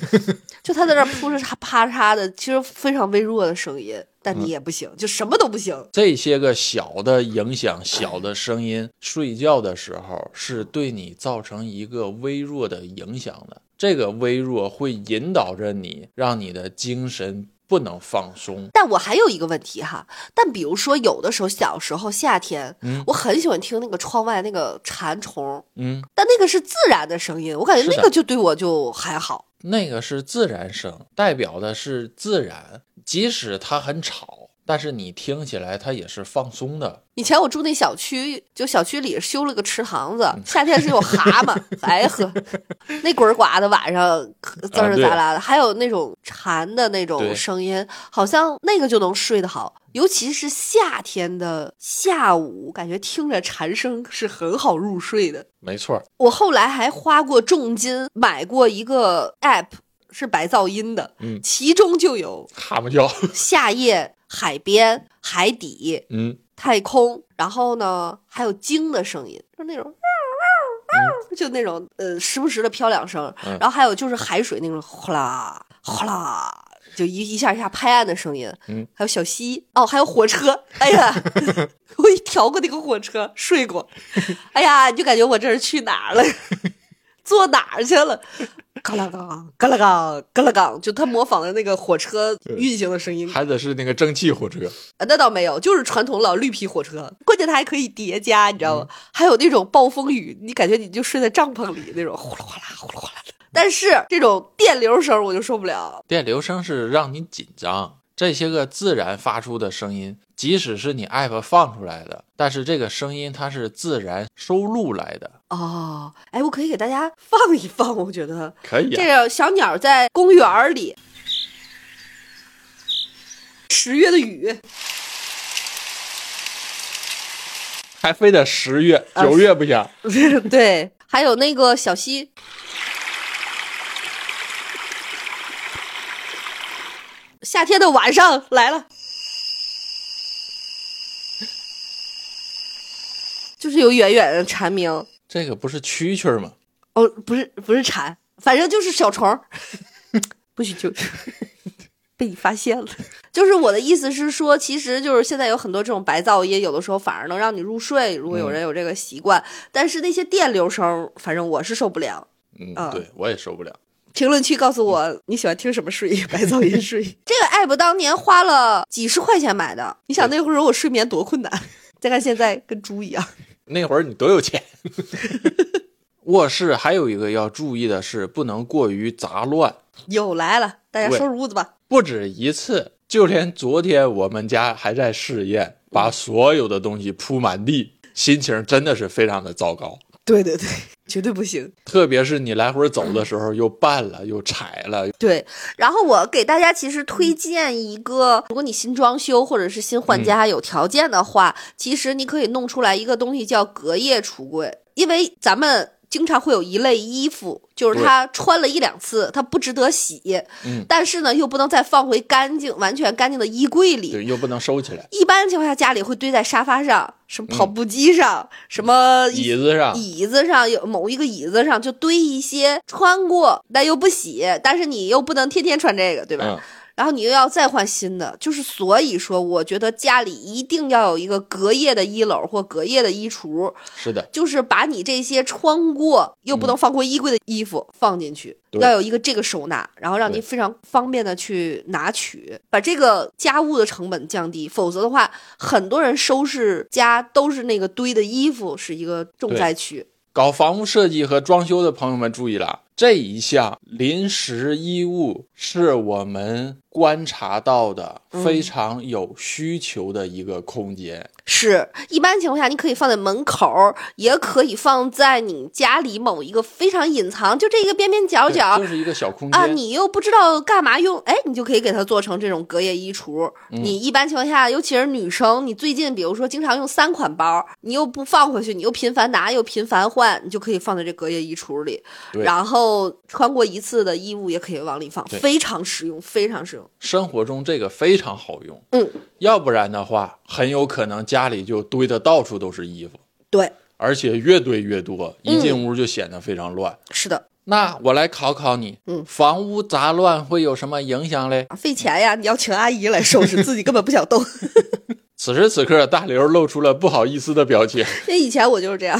A: 就他在那儿扑哧嚓啪嚓的，其实非常微弱的声音，
B: 嗯
A: 但你也不行，就什么都不行。
B: 这些个小的影响、小的声音，睡觉的时候是对你造成一个微弱的影响的。这个微弱会引导着你，让你的精神不能放松。
A: 但我还有一个问题哈，但比如说有的时候小时候夏天，
B: 嗯
A: 我很喜欢听那个窗外那个蝉虫，
B: 嗯，
A: 但那个是自然的声音，我感觉
B: 是的
A: 那个就对我就还好。
B: 那个是自然声，代表的是自然。即使它很吵，但是你听起来它也是放松的。
A: 以前我住那小区，就小区里修了个池塘
B: 嗯
A: 子，夏天是有蛤蟆， 哎呵，那滚儿呱的晚上可滋儿
B: 啊对
A: 咋啦的，还有那种蝉的那种
B: 对
A: 声音，好像那个就能睡得好。尤其是夏天的下午，感觉听着蝉声是很好入睡的。
B: 没错儿，
A: 我后来还花过重金买过一个 app，是白噪音的，
B: 嗯
A: 其中就有
B: 蛤蟆叫。
A: 夏夜、海边、海底，
B: 嗯，
A: 太空，然后呢，还有鲸的声音，就是那种汪汪汪，就那种呃，时不时的飘两声，
B: 嗯
A: 然后还有就是海水那种哗啦哗啦，就一一下一下拍岸的声音，
B: 嗯，
A: 还有小溪，哦，还有火车，哎呀， 我一调过那个火车，睡过，哎呀，你就感觉我这是去哪儿了， 坐哪儿去了。 嘎啦嘎，嘎啦嘎，嘎啦嘎，就他模仿的那个火车运行的声音，
B: 还得是那个蒸汽火车。
A: 啊，那倒没有，就是传统老绿皮火车，关键它还可以叠加，你知道吗？还有那种暴风雨，你感觉你就睡在帐篷里那种呼噜哗啦呼噜哗啦的。但是这种电流声我就受不了。
B: 电流声是让你紧张，这些个自然发出的声音，即使是你 app 放出来的，但是这个声音它是自然收录来的，
A: 哦，哎，我可以给大家放一放，我觉得
B: 可以啊
A: 这个小鸟在公园儿里，十月的雨，
B: 还非得十月、
A: 啊
B: 九月不行。
A: 对，还有那个小溪，夏天的晚上来了，就是有远远的蝉鸣，
B: 这个不是蛐蛐儿吗？
A: 哦，不是不是蝉，反正就是小虫儿， 不许 就是。被你发现了，就是我的意思是说，其实就是现在有很多这种白噪音，有的时候反而能让你入睡，如果有人有这个习惯。但是那些电流声儿，反正我是受不了。
B: 嗯，
A: 啊
B: 对我也受不了。
A: 评论区告诉我你喜欢听什么睡衣，白噪音睡衣。嗯 这个 app 当年花了几十块钱买的，你想那会儿我睡眠多困难，再看现在跟猪一样。
B: 那会儿你多 有钱。卧室还有一个要注意的是，不能过于杂乱，
A: 又来了，大家
B: 对
A: 收拾屋子吧。
B: 不止一次。就连昨天我们家还在试验，把所有的东西铺满地，心情真的是非常的糟糕。
A: 对对对，绝对不行。
B: 特别是你来回走的时候，又绊了，又踩了，
A: 对，然后我给大家其实
B: 嗯
A: 推荐一个，如果你新装修或者是新换家有条件的话，其实你可以弄出来一个东西叫隔夜橱柜，因为咱们。经常会有一类衣服，就是
B: 对
A: 它穿了一两次，它不值得洗，
B: 嗯
A: 但是呢又不能再放回干净、完全干净的衣柜里，
B: 对，又不能收起来，
A: 一般情况下，家里会堆在沙发上、什么跑
B: 嗯
A: 步机上、什么呃一
B: 椅子上
A: 椅子上有某一个椅子上就堆一些穿过但又不洗，但是你又不能天天穿这个，对吧？
B: 嗯
A: 然后你又要再换新的，就是所以说，我觉得家里一定要有一个隔夜的衣篓或隔夜的衣橱，
B: 是的，
A: 就是把你这些穿过又不能放回衣柜的衣服放进去，
B: 对
A: 要有一个这个收纳，然后让你
B: 对
A: 非常方便的去拿取，把这个家务的成本降低。否则的话，很多人收拾家都是那个堆的衣服是一个重灾区。
B: 搞房屋设计和装修的朋友们注意了，这一项临时衣物是我们观察到的非常有需求的一个空间。
A: 是一般情况下，你可以放在门口，也可以放在你家里某一个非常隐藏，就这一个边边角
B: 对
A: 角
B: 就，是一个小空间，
A: 啊，你又不知道干嘛用，哎，你就可以给它做成这种隔夜衣橱。
B: 嗯
A: 你一般情况下，尤其是女生，你最近比如说经常用三款包，你又不放回去，你又频繁拿，又频繁换，你就可以放在这隔夜衣橱里。
B: 对
A: 然后穿过一次的衣物也可以往里放，
B: 对
A: 非常实用，非常实用。
B: 生活中这个非常好用。
A: 嗯，
B: 要不然的话，很有可能家里就堆的到处都是衣服，
A: 对，
B: 而且越堆越多，一
A: 嗯
B: 进屋就显得非常乱。
A: 是的，
B: 那我来考考你，
A: 嗯
B: 房屋杂乱会有什么影响嘞？
A: 啊费钱呀，你要请阿姨来收拾，自己根本不想动。
B: 此时此刻，大刘露出了不好意思的表情。
A: 因为以前我就是这样，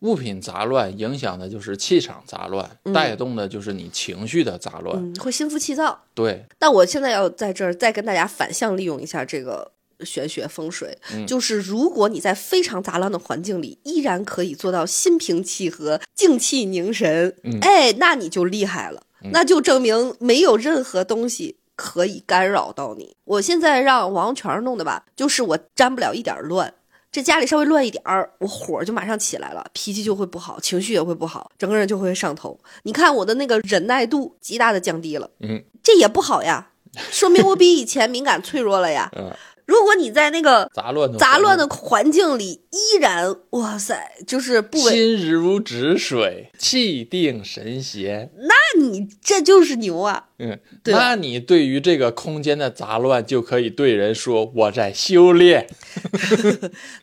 B: 物品杂乱影响的就是气场杂乱，带动的就是你情绪的杂乱。
A: 嗯，会心浮气躁。
B: 对，
A: 但我现在要在这儿再跟大家反向利用一下这个玄学风水，就是如果你在非常杂乱的环境里，依然可以做到心平气和、静气凝神，哎，那你就厉害了，那就证明没有任何东西。可以干扰到你。我现在让王全弄的吧，就是我沾不了一点儿乱，这家里稍微乱一点儿，我火儿就马上起来了，脾气就会不好，情绪也会不好，整个人就会上头。你看我的那个忍耐度极大的降低了，
B: 嗯，
A: 这也不好呀，说明我比以前敏感脆弱了 呀。
B: 嗯，
A: 如果你在那个
B: 杂乱的
A: 杂乱的
B: 环
A: 环境里，依然哇塞，就是不
B: 境
A: 稳，
B: 心如止水，气定神闲。
A: 那你这就是牛啊！
B: 嗯，
A: 对
B: 那你对于这个空间的杂乱，就可以对人说我在修炼。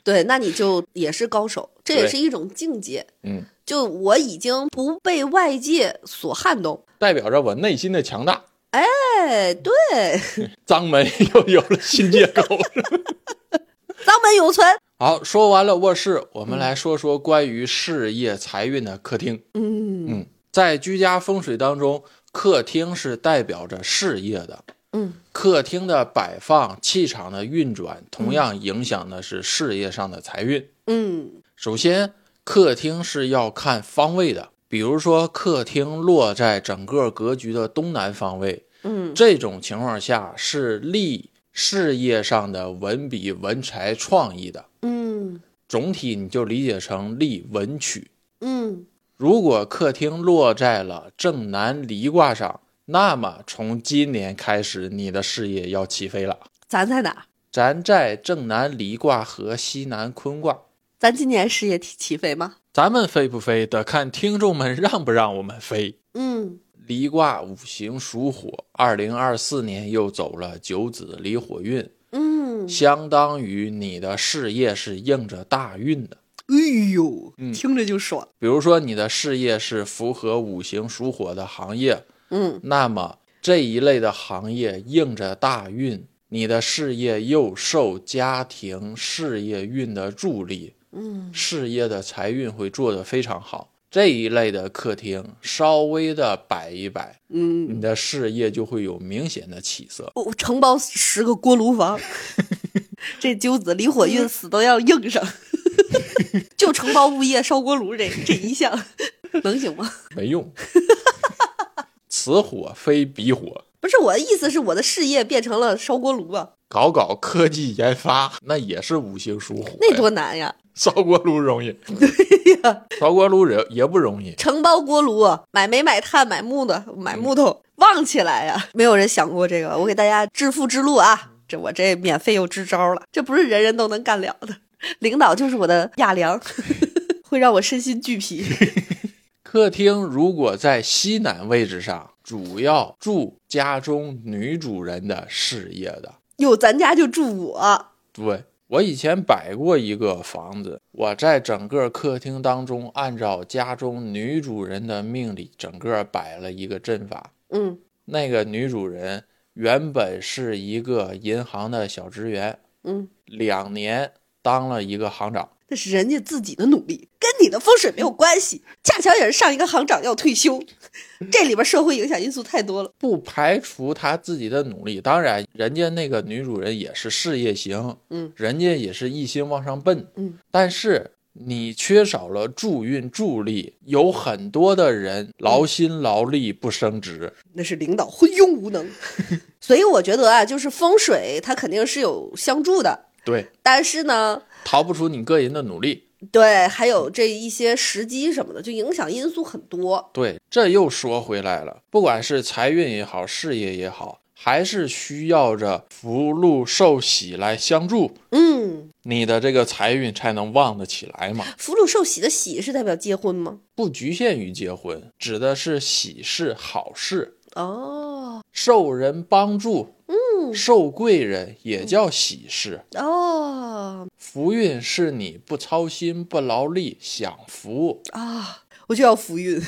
A: 对，那你就也是高手，这也
B: 对
A: 是一种境界。
B: 嗯，
A: 就我已经不被外界所撼动，
B: 代表着我内心的强大。
A: 哎，对，
B: 脏门又有了新借口。
A: 脏门永存。
B: 好，说完了卧室，我们来说说关于事业财运的客厅。
A: 嗯
B: 嗯，在居家风水当中，客厅是代表着事业的。
A: 嗯，
B: 客厅的摆放、气场的运转，同样影响的是事业上的财运。
A: 嗯
B: 首先，客厅是要看方位的，比如说客厅落在整个格局的东南方位，
A: 嗯
B: 这种情况下是利事业上的文笔、文才、创意的。
A: 嗯
B: 总体你就理解成立文曲。
A: 嗯
B: 如果客厅落在了正南离卦上，那么从今年开始，你的事业要起飞了。
A: 咱在哪儿？
B: 咱在正南离卦和西南坤卦，
A: 咱今年事业起起飞吗？
B: 咱们飞不飞得看听众们让不让我们飞。
A: 嗯
B: 离卦五行属火，二零二四年又走了九子离火运，
A: 嗯，
B: 相当于你的事业是应着大运的。
A: 哎呦，
B: 嗯
A: 听着就爽。
B: 比如说你的事业是符合五行属火的行业，
A: 嗯
B: 那么这一类的行业应着大运，你的事业又受家庭事业运的助力，
A: 嗯
B: 事业的财运会做得非常好。这一类的客厅稍微的摆一摆，
A: 嗯，
B: 你的事业就会有明显的起色。
A: 我承包十个锅炉房，这揪子离火运死都要硬上， 就承包物业烧锅炉这这一项， 能行吗？
B: 没用，此火非彼火，
A: 不是我的意思是我的事业变成了烧锅炉啊，
B: 搞搞科技研发，那也是五行属火呀。
A: 那多难呀！
B: 烧锅炉 容易，烧锅炉也也不容易。
A: 承包锅炉，啊买煤、买炭、买木的，买木头，旺起来呀！没有人想过这个，我给大家致富之路啊！这我这免费又支招了，这不是人人都能干了的。领导就是我的亚良， 会让我身心俱疲。
B: 客厅如果在西南位置上，主要住家中女主人的事业的。
A: 有咱家就住我，
B: 对我以前摆过一个房子，我在整个客厅当中，按照家中女主人的命理，整个摆了一个阵法。
A: 嗯
B: 那个女主人原本是一个银行的小职员，
A: 嗯，
B: 两年当了一个行长。
A: 那是人家自己的努力，跟你的风水没有关系。恰巧也是上一个行长要退休，这里边社会影响因素太多了。
B: 不排除他自己的努力。当然，人家那个女主人也是事业型，
A: 嗯，
B: 人家也是一心往上奔，
A: 嗯。
B: 但是你缺少了助运助力，有很多的人劳
A: 嗯
B: 心劳力不升职。
A: 那是领导昏庸无能。所以我觉得啊，就是风水它肯定是有相助的，
B: 对，
A: 但是呢，
B: 逃不出你个人的努力。
A: 对，还有这一些时机什么的，就影响因素很多。
B: 对，这又说回来了，不管是财运也好，事业也好，还是需要着福禄寿喜来相助，
A: 嗯，
B: 你的这个财运才能旺得起来嘛。
A: 福禄寿喜的喜是代表结婚吗？
B: 不局限于结婚，指的是喜事、好事，
A: 哦
B: 受人帮助，嗯，受贵人也叫喜事。
A: 哦
B: 福运是你不操心、不劳力享福，
A: 啊！我就要福运，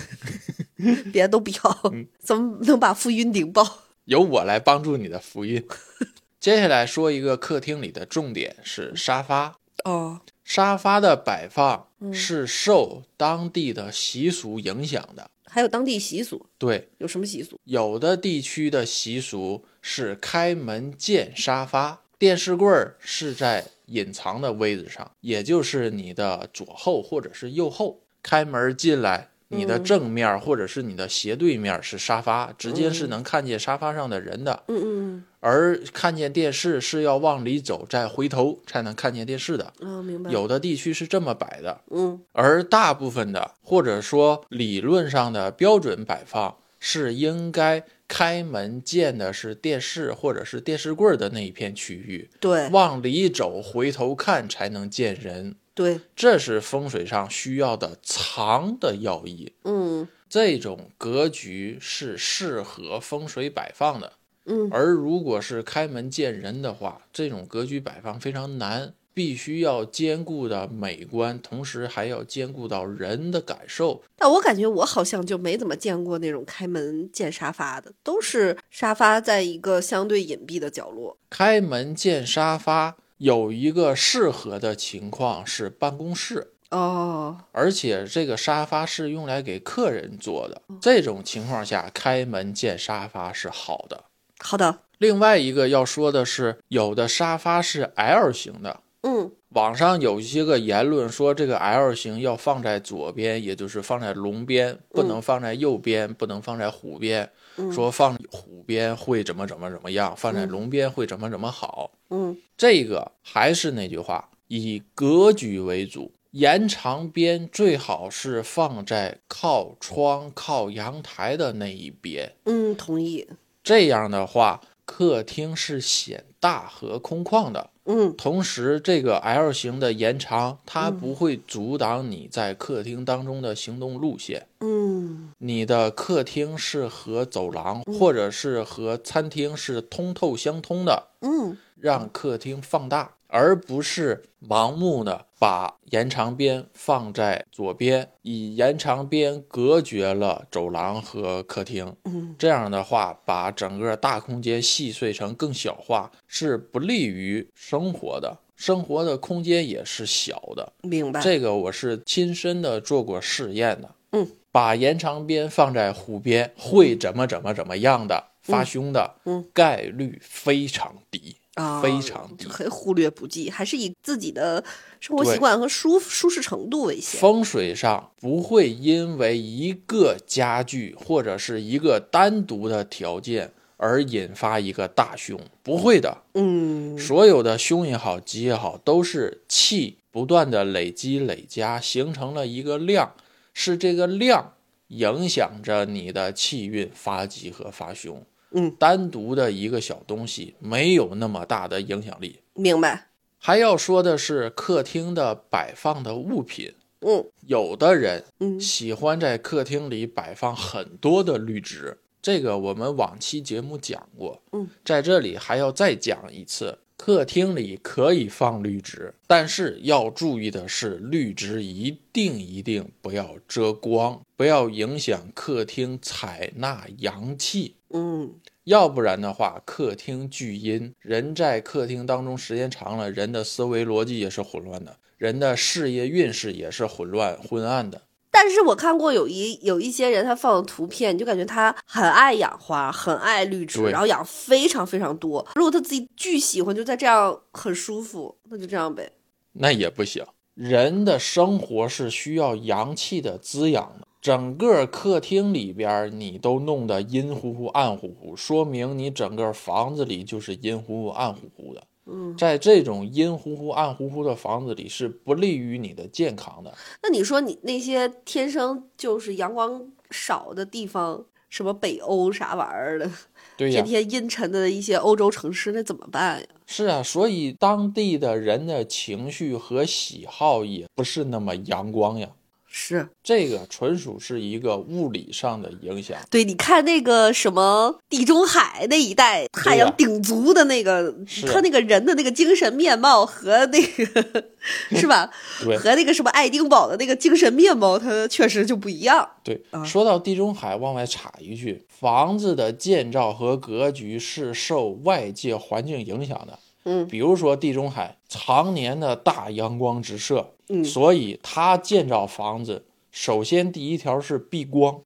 A: 别的都不要，
B: 嗯
A: 怎么能把福运顶爆？
B: 由我来帮助你的福运。 接下来说一个客厅里的重点是沙发，
A: 哦，
B: 沙发的摆放是受当地的习俗影响的。
A: 还有当地习俗，
B: 对，
A: 有什么习俗？
B: 有的地区的习俗是开门见沙发，电视柜儿是在隐藏的位置上，也就是你的左后或者是右后。开门进来，你
A: 嗯
B: 的正面或者是你的斜对面是沙发，直接是能看见沙发上的人的。
A: 嗯
B: 而看见电视是要往里走，再回头才能看见电视的。
A: 嗯，啊、明白。
B: 有的地区是这么摆的，
A: 嗯
B: 而大部分的或者说理论上的标准摆放是应该开门见的是电视或者是电视柜儿的那一片区域，
A: 对
B: 往里走回头看才能见人，
A: 对，
B: 这是风水上需要的藏的要义。
A: 嗯
B: 这种格局是适合风水摆放的，
A: 嗯
B: 而如果是开门见人的话，这种格局摆放非常难，必须要兼顾的美观，同时还要兼顾到人的感受。
A: 但我感觉我好像就没怎么见过那种开门见沙发的，都是沙发在一个相对隐蔽的角落。
B: 开门见沙发有一个适合的情况是办公室，
A: 哦，
B: 而且这个沙发是用来给客人坐的。这种情况下，开门见沙发是好的。
A: 好的，
B: 另外一个要说的是，有的沙发是 L 型的，
A: 嗯
B: 网上有一些个言论说，这个 L 型要放在左边，也就是放在龙边，不能放在右边，不能放在虎边。说放虎边会怎么怎么怎么样，放在龙边会怎么怎么好。
A: 嗯
B: 这个还是那句话，以格局为主，延长边最好是放在靠窗、靠阳台的那一边。
A: 嗯，同意。
B: 这样的话，客厅是显大和空旷的。
A: 嗯
B: 同时，这个 L 型的延长，它不会阻挡你在客厅当中的行动路线。
A: 嗯
B: 你的客厅是和走廊或者是和餐厅是通透相通的，
A: 嗯
B: 让客厅放大，而不是盲目的把延长边放在左边，以延长边隔绝了走廊和客厅。
A: 嗯，
B: 这样的话，把整个大空间细碎成更小化，是不利于生活的。生活的空间也是小的，
A: 明白。
B: 这个我是亲身的做过试验的。
A: 嗯，
B: 把延长鞭放在湖边会怎么怎么怎么样的发凶的，
A: 嗯，
B: 概率非常低，
A: 啊，
B: 非常低。
A: 很忽略不计，还是以自己的生活
B: 对
A: 习惯和舒舒适程度为先。
B: 风水上不会因为一个家具或者是一个单独的条件而引发一个大凶，不会的。
A: 嗯，
B: 所有的凶也好，吉也好，都是气不断的累积累加，形成了一个量，是这个量影响着你的气运发吉和发凶。
A: 嗯，
B: 单独的一个小东西没有那么大的影响力。
A: 明白。
B: 还要说的是客厅的摆放的物品，
A: 嗯
B: 有的人
A: 嗯
B: 喜欢在客厅里摆放很多的绿植，这个我们往期节目讲过。
A: 嗯，
B: 在这里还要再讲一次，客厅里可以放绿植，但是要注意的是，绿植一定一定不要遮光，不要影响客厅采纳阳气。
A: 嗯
B: 要不然的话，客厅聚阴，人在客厅当中时间长了，人的思维逻辑也是混乱的，人的事业运势也是混乱昏暗的。
A: 但是我看过有一有一些人他放的图片，你就感觉他很爱养花，很爱绿植，
B: 对
A: 然后养非常非常多。如果他自己巨喜欢，就在这样很舒服，那就这样呗。
B: 那也不行。人的生活是需要阳气的滋养的，整个客厅里边儿你都弄得阴乎乎、暗乎乎，说明你整个房子里就是阴乎乎、暗乎乎的。
A: 嗯，
B: 在这种阴乎乎、暗乎乎的房子里，是不利于你的健康的。
A: 那你说你那些天生就是阳光少的地方，什么北欧啥玩意儿的，
B: 对哎呀
A: 天，天阴沉的一些欧洲城市，那怎么办呀？
B: 是啊，所以当地的人的情绪和喜好也不是那么阳光呀。
A: 是，
B: 这个纯属是一个物理上的影响。
A: 对，你看那个什么地中海那一带太阳顶足的那个，
B: 是
A: 他那个人的那个精神面貌和那 个是吧？
B: 对，
A: 和那个什么爱丁堡的那个精神面貌，它确实就不一样。
B: 对，
A: 啊
B: 说到地中海，往外插一句，房子的建造和格局是受外界环境影响的。
A: 嗯
B: 比如说地中海常年的大阳光直射，
A: 嗯，
B: 所以它建造房子，首先第一条是避光，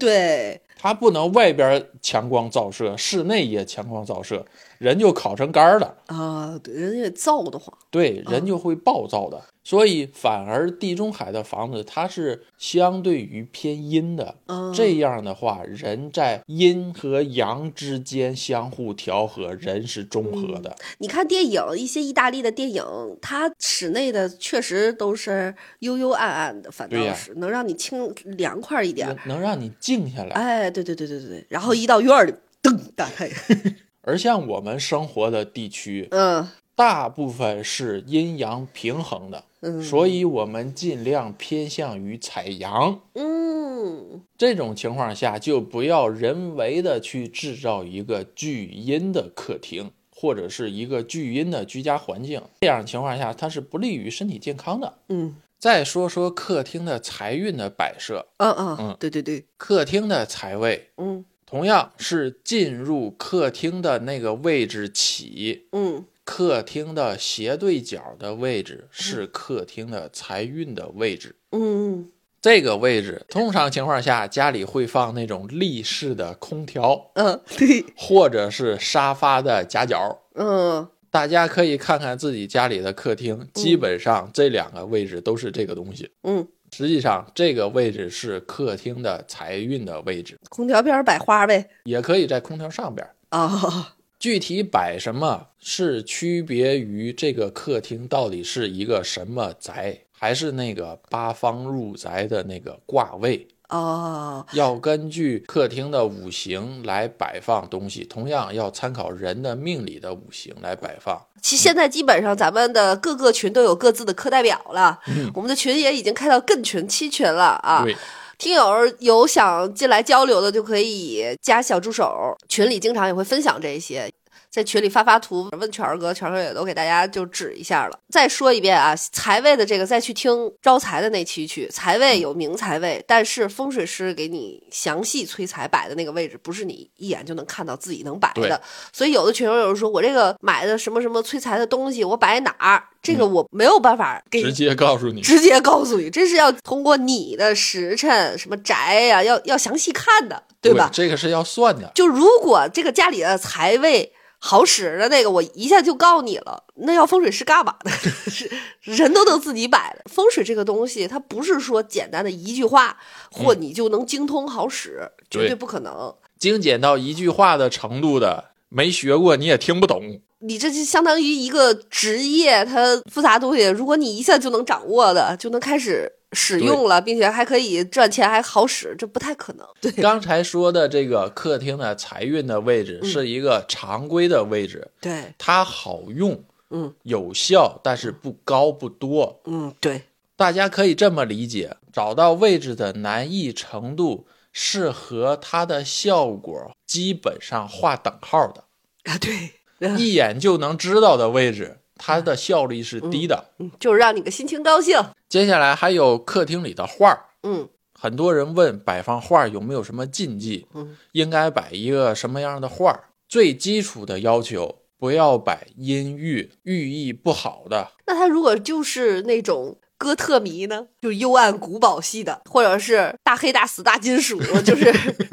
A: 对，
B: 它不能外边强光照射，室内也强光照射，人就烤成干儿了。
A: 啊，对，人家也燥得慌。
B: 对，
A: 嗯
B: 人就会暴躁的。所以反而地中海的房子它是相对于偏阴的，
A: 嗯
B: 这样的话，人在阴和阳之间相互调和，人是中和的。
A: 你看电影，一些意大利的电影，它室内的确实都是幽幽暗暗的，反
B: 对呀
A: 倒是能让你清凉快一点
B: 能。能让你静下来，
A: 哎，对对对对对对，然后一到院儿里，噔打开，
B: 而像我们生活的地区，
A: 嗯。
B: 大部分是阴阳平衡的，
A: 嗯
B: 所以我们尽量偏向于采阳。
A: 嗯，
B: 这种情况下，就不要人为的去制造一个巨阴的客厅，或者是一个巨阴的居家环境。这样的情况下，它是不利于身体健康的。
A: 嗯
B: 再说说客厅的财运的摆设，
A: 啊啊，
B: 嗯
A: 对对对，
B: 客厅的财位
A: 嗯
B: 同样是进入客厅的那个位置起，
A: 嗯
B: 客厅的斜对角的位置是客厅的财运的位置。
A: 嗯
B: 这个位置，通常情况下家里会放那种立式的空调，
A: 嗯，对，
B: 或者是沙发的夹角。
A: 嗯
B: 大家可以看看自己家里的客厅，基本上这两个位置都是这个东西。
A: 嗯，
B: 实际上，这个位置是客厅的财运的位置，
A: 空调边儿摆花呗。
B: 也可以在空调上边。
A: 啊，
B: 具体摆什么是区别于这个客厅到底是一个什么宅，还是那个八方入宅的那个卦位，
A: 哦，
B: 要根据客厅的五行来摆放东西，同样要参考人的命理的五行来摆放。
A: 其实现在基本上咱们的各个群都有各自的课代表了，我们的群也已经开到艮群、七群了啊。
B: 对，
A: 听友有想进来交流的，就可以加小助手，群里经常也会分享这些。在群里发发图，问全儿哥，全儿哥也都给大家就指一下了。再说一遍啊，财位的这个再去听招财的那期去，财位有明财位，但是风水师给你详细催财摆的那个位置，不是你一眼就能看到自己能摆
B: 对
A: 的。所以有的群友有人说我这个买的什么什么催财的东西，我摆哪儿？这个我没有办法给
B: 直接告 诉你，
A: 哎直接告诉你，这是要通过你的时辰、什么宅呀、要要详细看的，对吧？
B: 这个是要算的，
A: 就如果这个家里的财位好使的那个，我一下就告你了，那要风水师干嘛 呢？是人都能自己摆的。风水这个东西，它不是说简单的一句话或你就能精通好使，绝嗯对
B: 对
A: 不可能。
B: 精简到一句话的程度的，没学过你也听不懂。
A: 你这就相当于一个职业，它复杂东西，如果你一下就能掌握的，就能开始使用了，并且还可以赚钱，还好使，这不太可能。对，
B: 刚才说的这个客厅的财运的位
A: 嗯
B: 置是一个常规的位置，
A: 对，
B: 它好用，
A: 嗯，
B: 有效，但是不高不多。
A: 嗯，对，
B: 大家可以这么理解：找到位置的难易程度是和它的效果基本上画等号的，
A: 啊，对，
B: 一眼就能知道的位置，它的效率是低的。
A: 嗯就是让你个心情高兴。
B: 接下来还有客厅里的画儿，
A: 嗯
B: 很多人问摆放画儿有没有什么禁忌，
A: 嗯，
B: 应该摆一个什么样的画儿？最基础的要求，不要摆阴郁、寓意不好的。
A: 那他如果就是那种哥特迷呢，就是幽暗古堡系的，或者是大黑大死大金属，就是，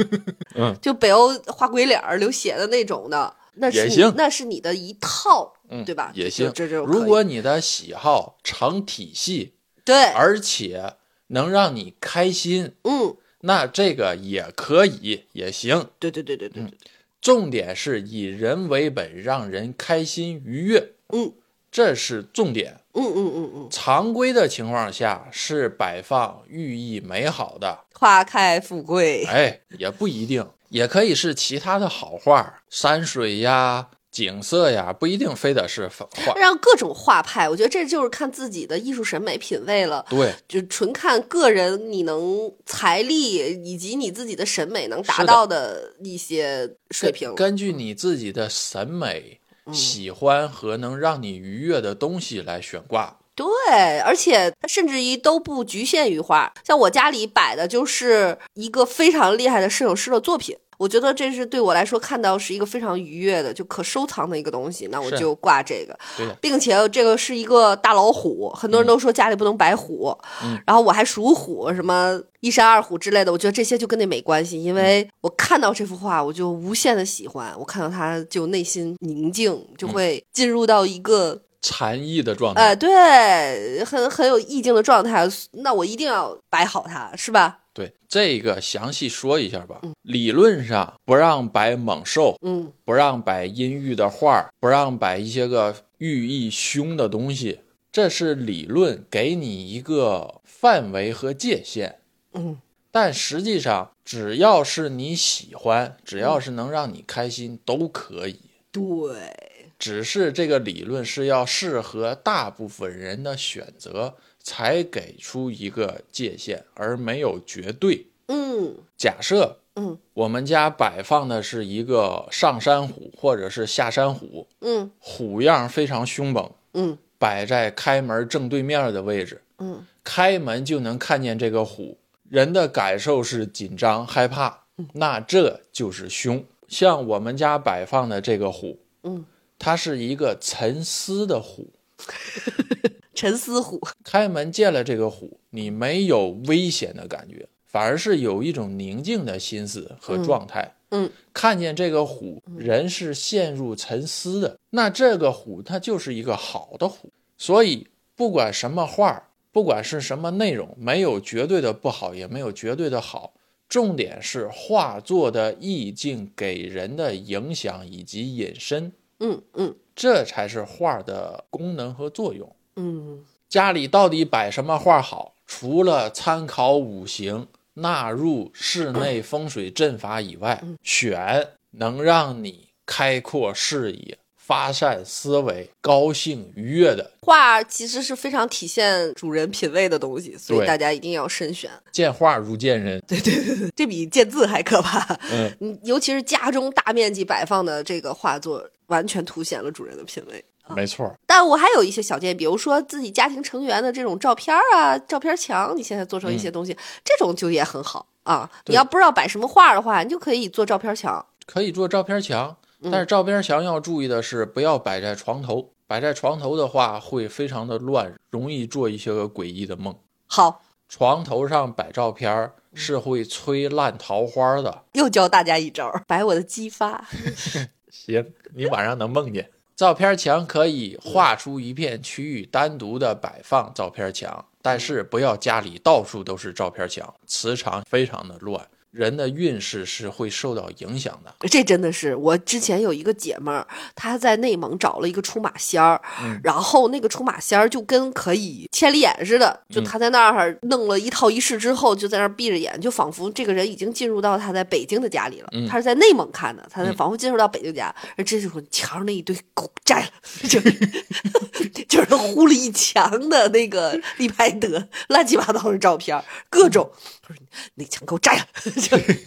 B: 嗯，
A: 就北欧花鬼脸儿流血的那种的，那是
B: 也
A: 你
B: 行
A: 那是你的一套，
B: 嗯，
A: 对吧？
B: 也
A: 就
B: 行。
A: 这这种可以
B: 如果你的喜好成体系，
A: 对，
B: 而且能让你开心，
A: 嗯，
B: 那这个也可以，也行。
A: 对对对对对对，
B: 重点是以人为本，让人开心愉悦，
A: 嗯
B: 这是重点。
A: 嗯嗯嗯嗯，
B: 常规的情况下是摆放寓意美好的，
A: 花开富贵，
B: 哎，也不一定，也可以是其他的好画，山水呀、景色呀，不一定非得是画。
A: 让各种画派，我觉得这就是看自己的艺术审美品味了。
B: 对，
A: 就纯看个人你能财力以及你自己的审美能达
B: 是的
A: 到的一些水平。嗯
B: 根据你自己的审美、喜欢和能让你愉悦的东西来悬挂。
A: 对，而且它甚至于都不局限于画，像我家里摆的就是一个非常厉害的摄影师的作品。我觉得这是对我来说看到是一个非常愉悦的，就可收藏的一个东西，那我
B: 是
A: 就挂这个。
B: 对的，
A: 并且这个是一个大老虎，很多人都说家里不能摆虎，
B: 嗯
A: 然后我还属虎，什么一山二虎之类的，我觉得这些就跟那没关系，因为
B: 嗯
A: 我看到这幅画，我就无限的喜欢，我看到它就内心宁静，就
B: 嗯
A: 会进入到一个、
B: 禅意的状态。
A: 呃，对，很很有意境的状态，那我一定要摆好它，是吧？
B: 对，这个详细说一下吧。理论上不让摆猛兽，
A: 嗯
B: 不让摆阴郁的画儿，不让摆一些个寓意凶的东西，这是理论给你一个范围和界限。
A: 嗯，
B: 但实际上，只要是你喜欢，只要是能让你开心，都可以。
A: 对，
B: 只是这个理论是要适合大部分人的选择，才给出一个界限，而没有绝对。
A: 嗯
B: 假设
A: 嗯
B: 我们家摆放的是一个上山虎或者是下山虎，
A: 嗯
B: 虎样非常凶猛，
A: 嗯
B: 摆在开门正对面的位置，
A: 嗯
B: 开门就能看见这个虎。人的感受是紧张害怕，那这就是凶。像我们家摆放的这个虎，
A: 嗯，
B: 它是一个沉思的虎。
A: 沉思虎，
B: 开门见了这个虎，你没有危险的感觉，反而是有一种宁静的心思和状态。
A: 嗯嗯
B: 看见这个虎，人是陷入沉思的。那这个虎，它就是一个好的虎。所以，不管什么画儿，不管是什么内容，没有绝对的不好，也没有绝对的好。重点是画作的意境给人的影响以及引申，
A: 嗯嗯
B: 这才是画儿的功能和作用。
A: 嗯
B: 家里到底摆什么画好？除了参考五行纳入室内风水阵法以外，选能让你开阔视野、发散思维、高兴愉悦的。
A: 画其实是非常体现主人品味的东西，所以
B: 对
A: 大家一定要慎选。
B: 见画如见人，
A: 这比见字还可怕。
B: 嗯，
A: 嗯，尤其是家中大面积摆放的这个画作，完全凸显了主人的品味。
B: 嗯没错儿。
A: 但我还有一些小建议，比如说自己家庭成员的这种照片儿啊、照片墙，你现在做成一些东西，这种就也很好啊。
B: 对
A: 你要不知道摆什么画的话，你就可以做照片墙。
B: 可以做照片墙，
A: 嗯
B: 但是照片墙要注意的是，不要摆在床头。摆在床头的话，会非常的乱，容易做一些个诡异的梦。
A: 好，
B: 床头上摆照片儿是会吹烂桃花的。
A: 又教大家一招，摆我的激发。
B: 行，你晚上能梦见。 照片墙可以画出一片区域，单独的摆放照片墙，但是不要家里到处都是照片墙，磁场非常的乱，人的运势是会受到影响的。
A: 这真的是我之前有一个姐们儿，她在内蒙找了一个出马仙儿，然后那个出马仙儿就跟可以千里眼似的，就她在那儿弄了一套仪式之后，就在那儿闭着眼，就仿佛这个人已经进入到她在北京的家里了。她是在内蒙看的，她在仿佛进入到北京家，而这时候墙上那一堆狗占了，就是 就是糊了一墙的那个利拍德乱七八糟的照片儿，各种，她说那墙给我占了， 就是。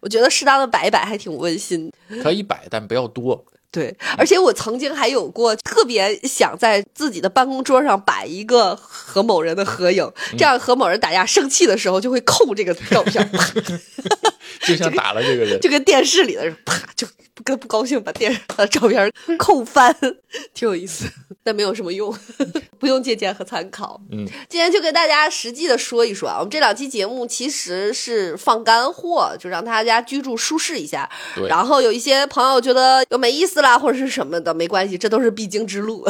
A: 我觉得适当的摆一摆还挺温馨。
B: 可以摆，但不要多。
A: 对，而且我曾经还有过特别想在自己的办公桌上摆一个和某人的合影，这样和某人打架生气的时候就会扣这个照片，啪
B: 就像打了这个人，
A: 就跟电视里的人啪就不跟不高兴把电视把照片扣翻，挺有意思，但没有什么用， 不用借鉴和参考。
B: 嗯，
A: 今天就跟大家实际的说一说啊，我们这两期节目其实是放干货，就让大家居住舒适一下。
B: 对
A: 然后有一些朋友觉得有没意思啦，或者是什么的，没关系，这都是必经之路。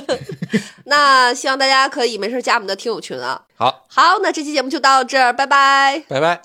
A: 那希望大家可以没事加我们的听友群啊。
B: 好，
A: 好，那这期节目就到这儿，拜拜。
B: 拜拜。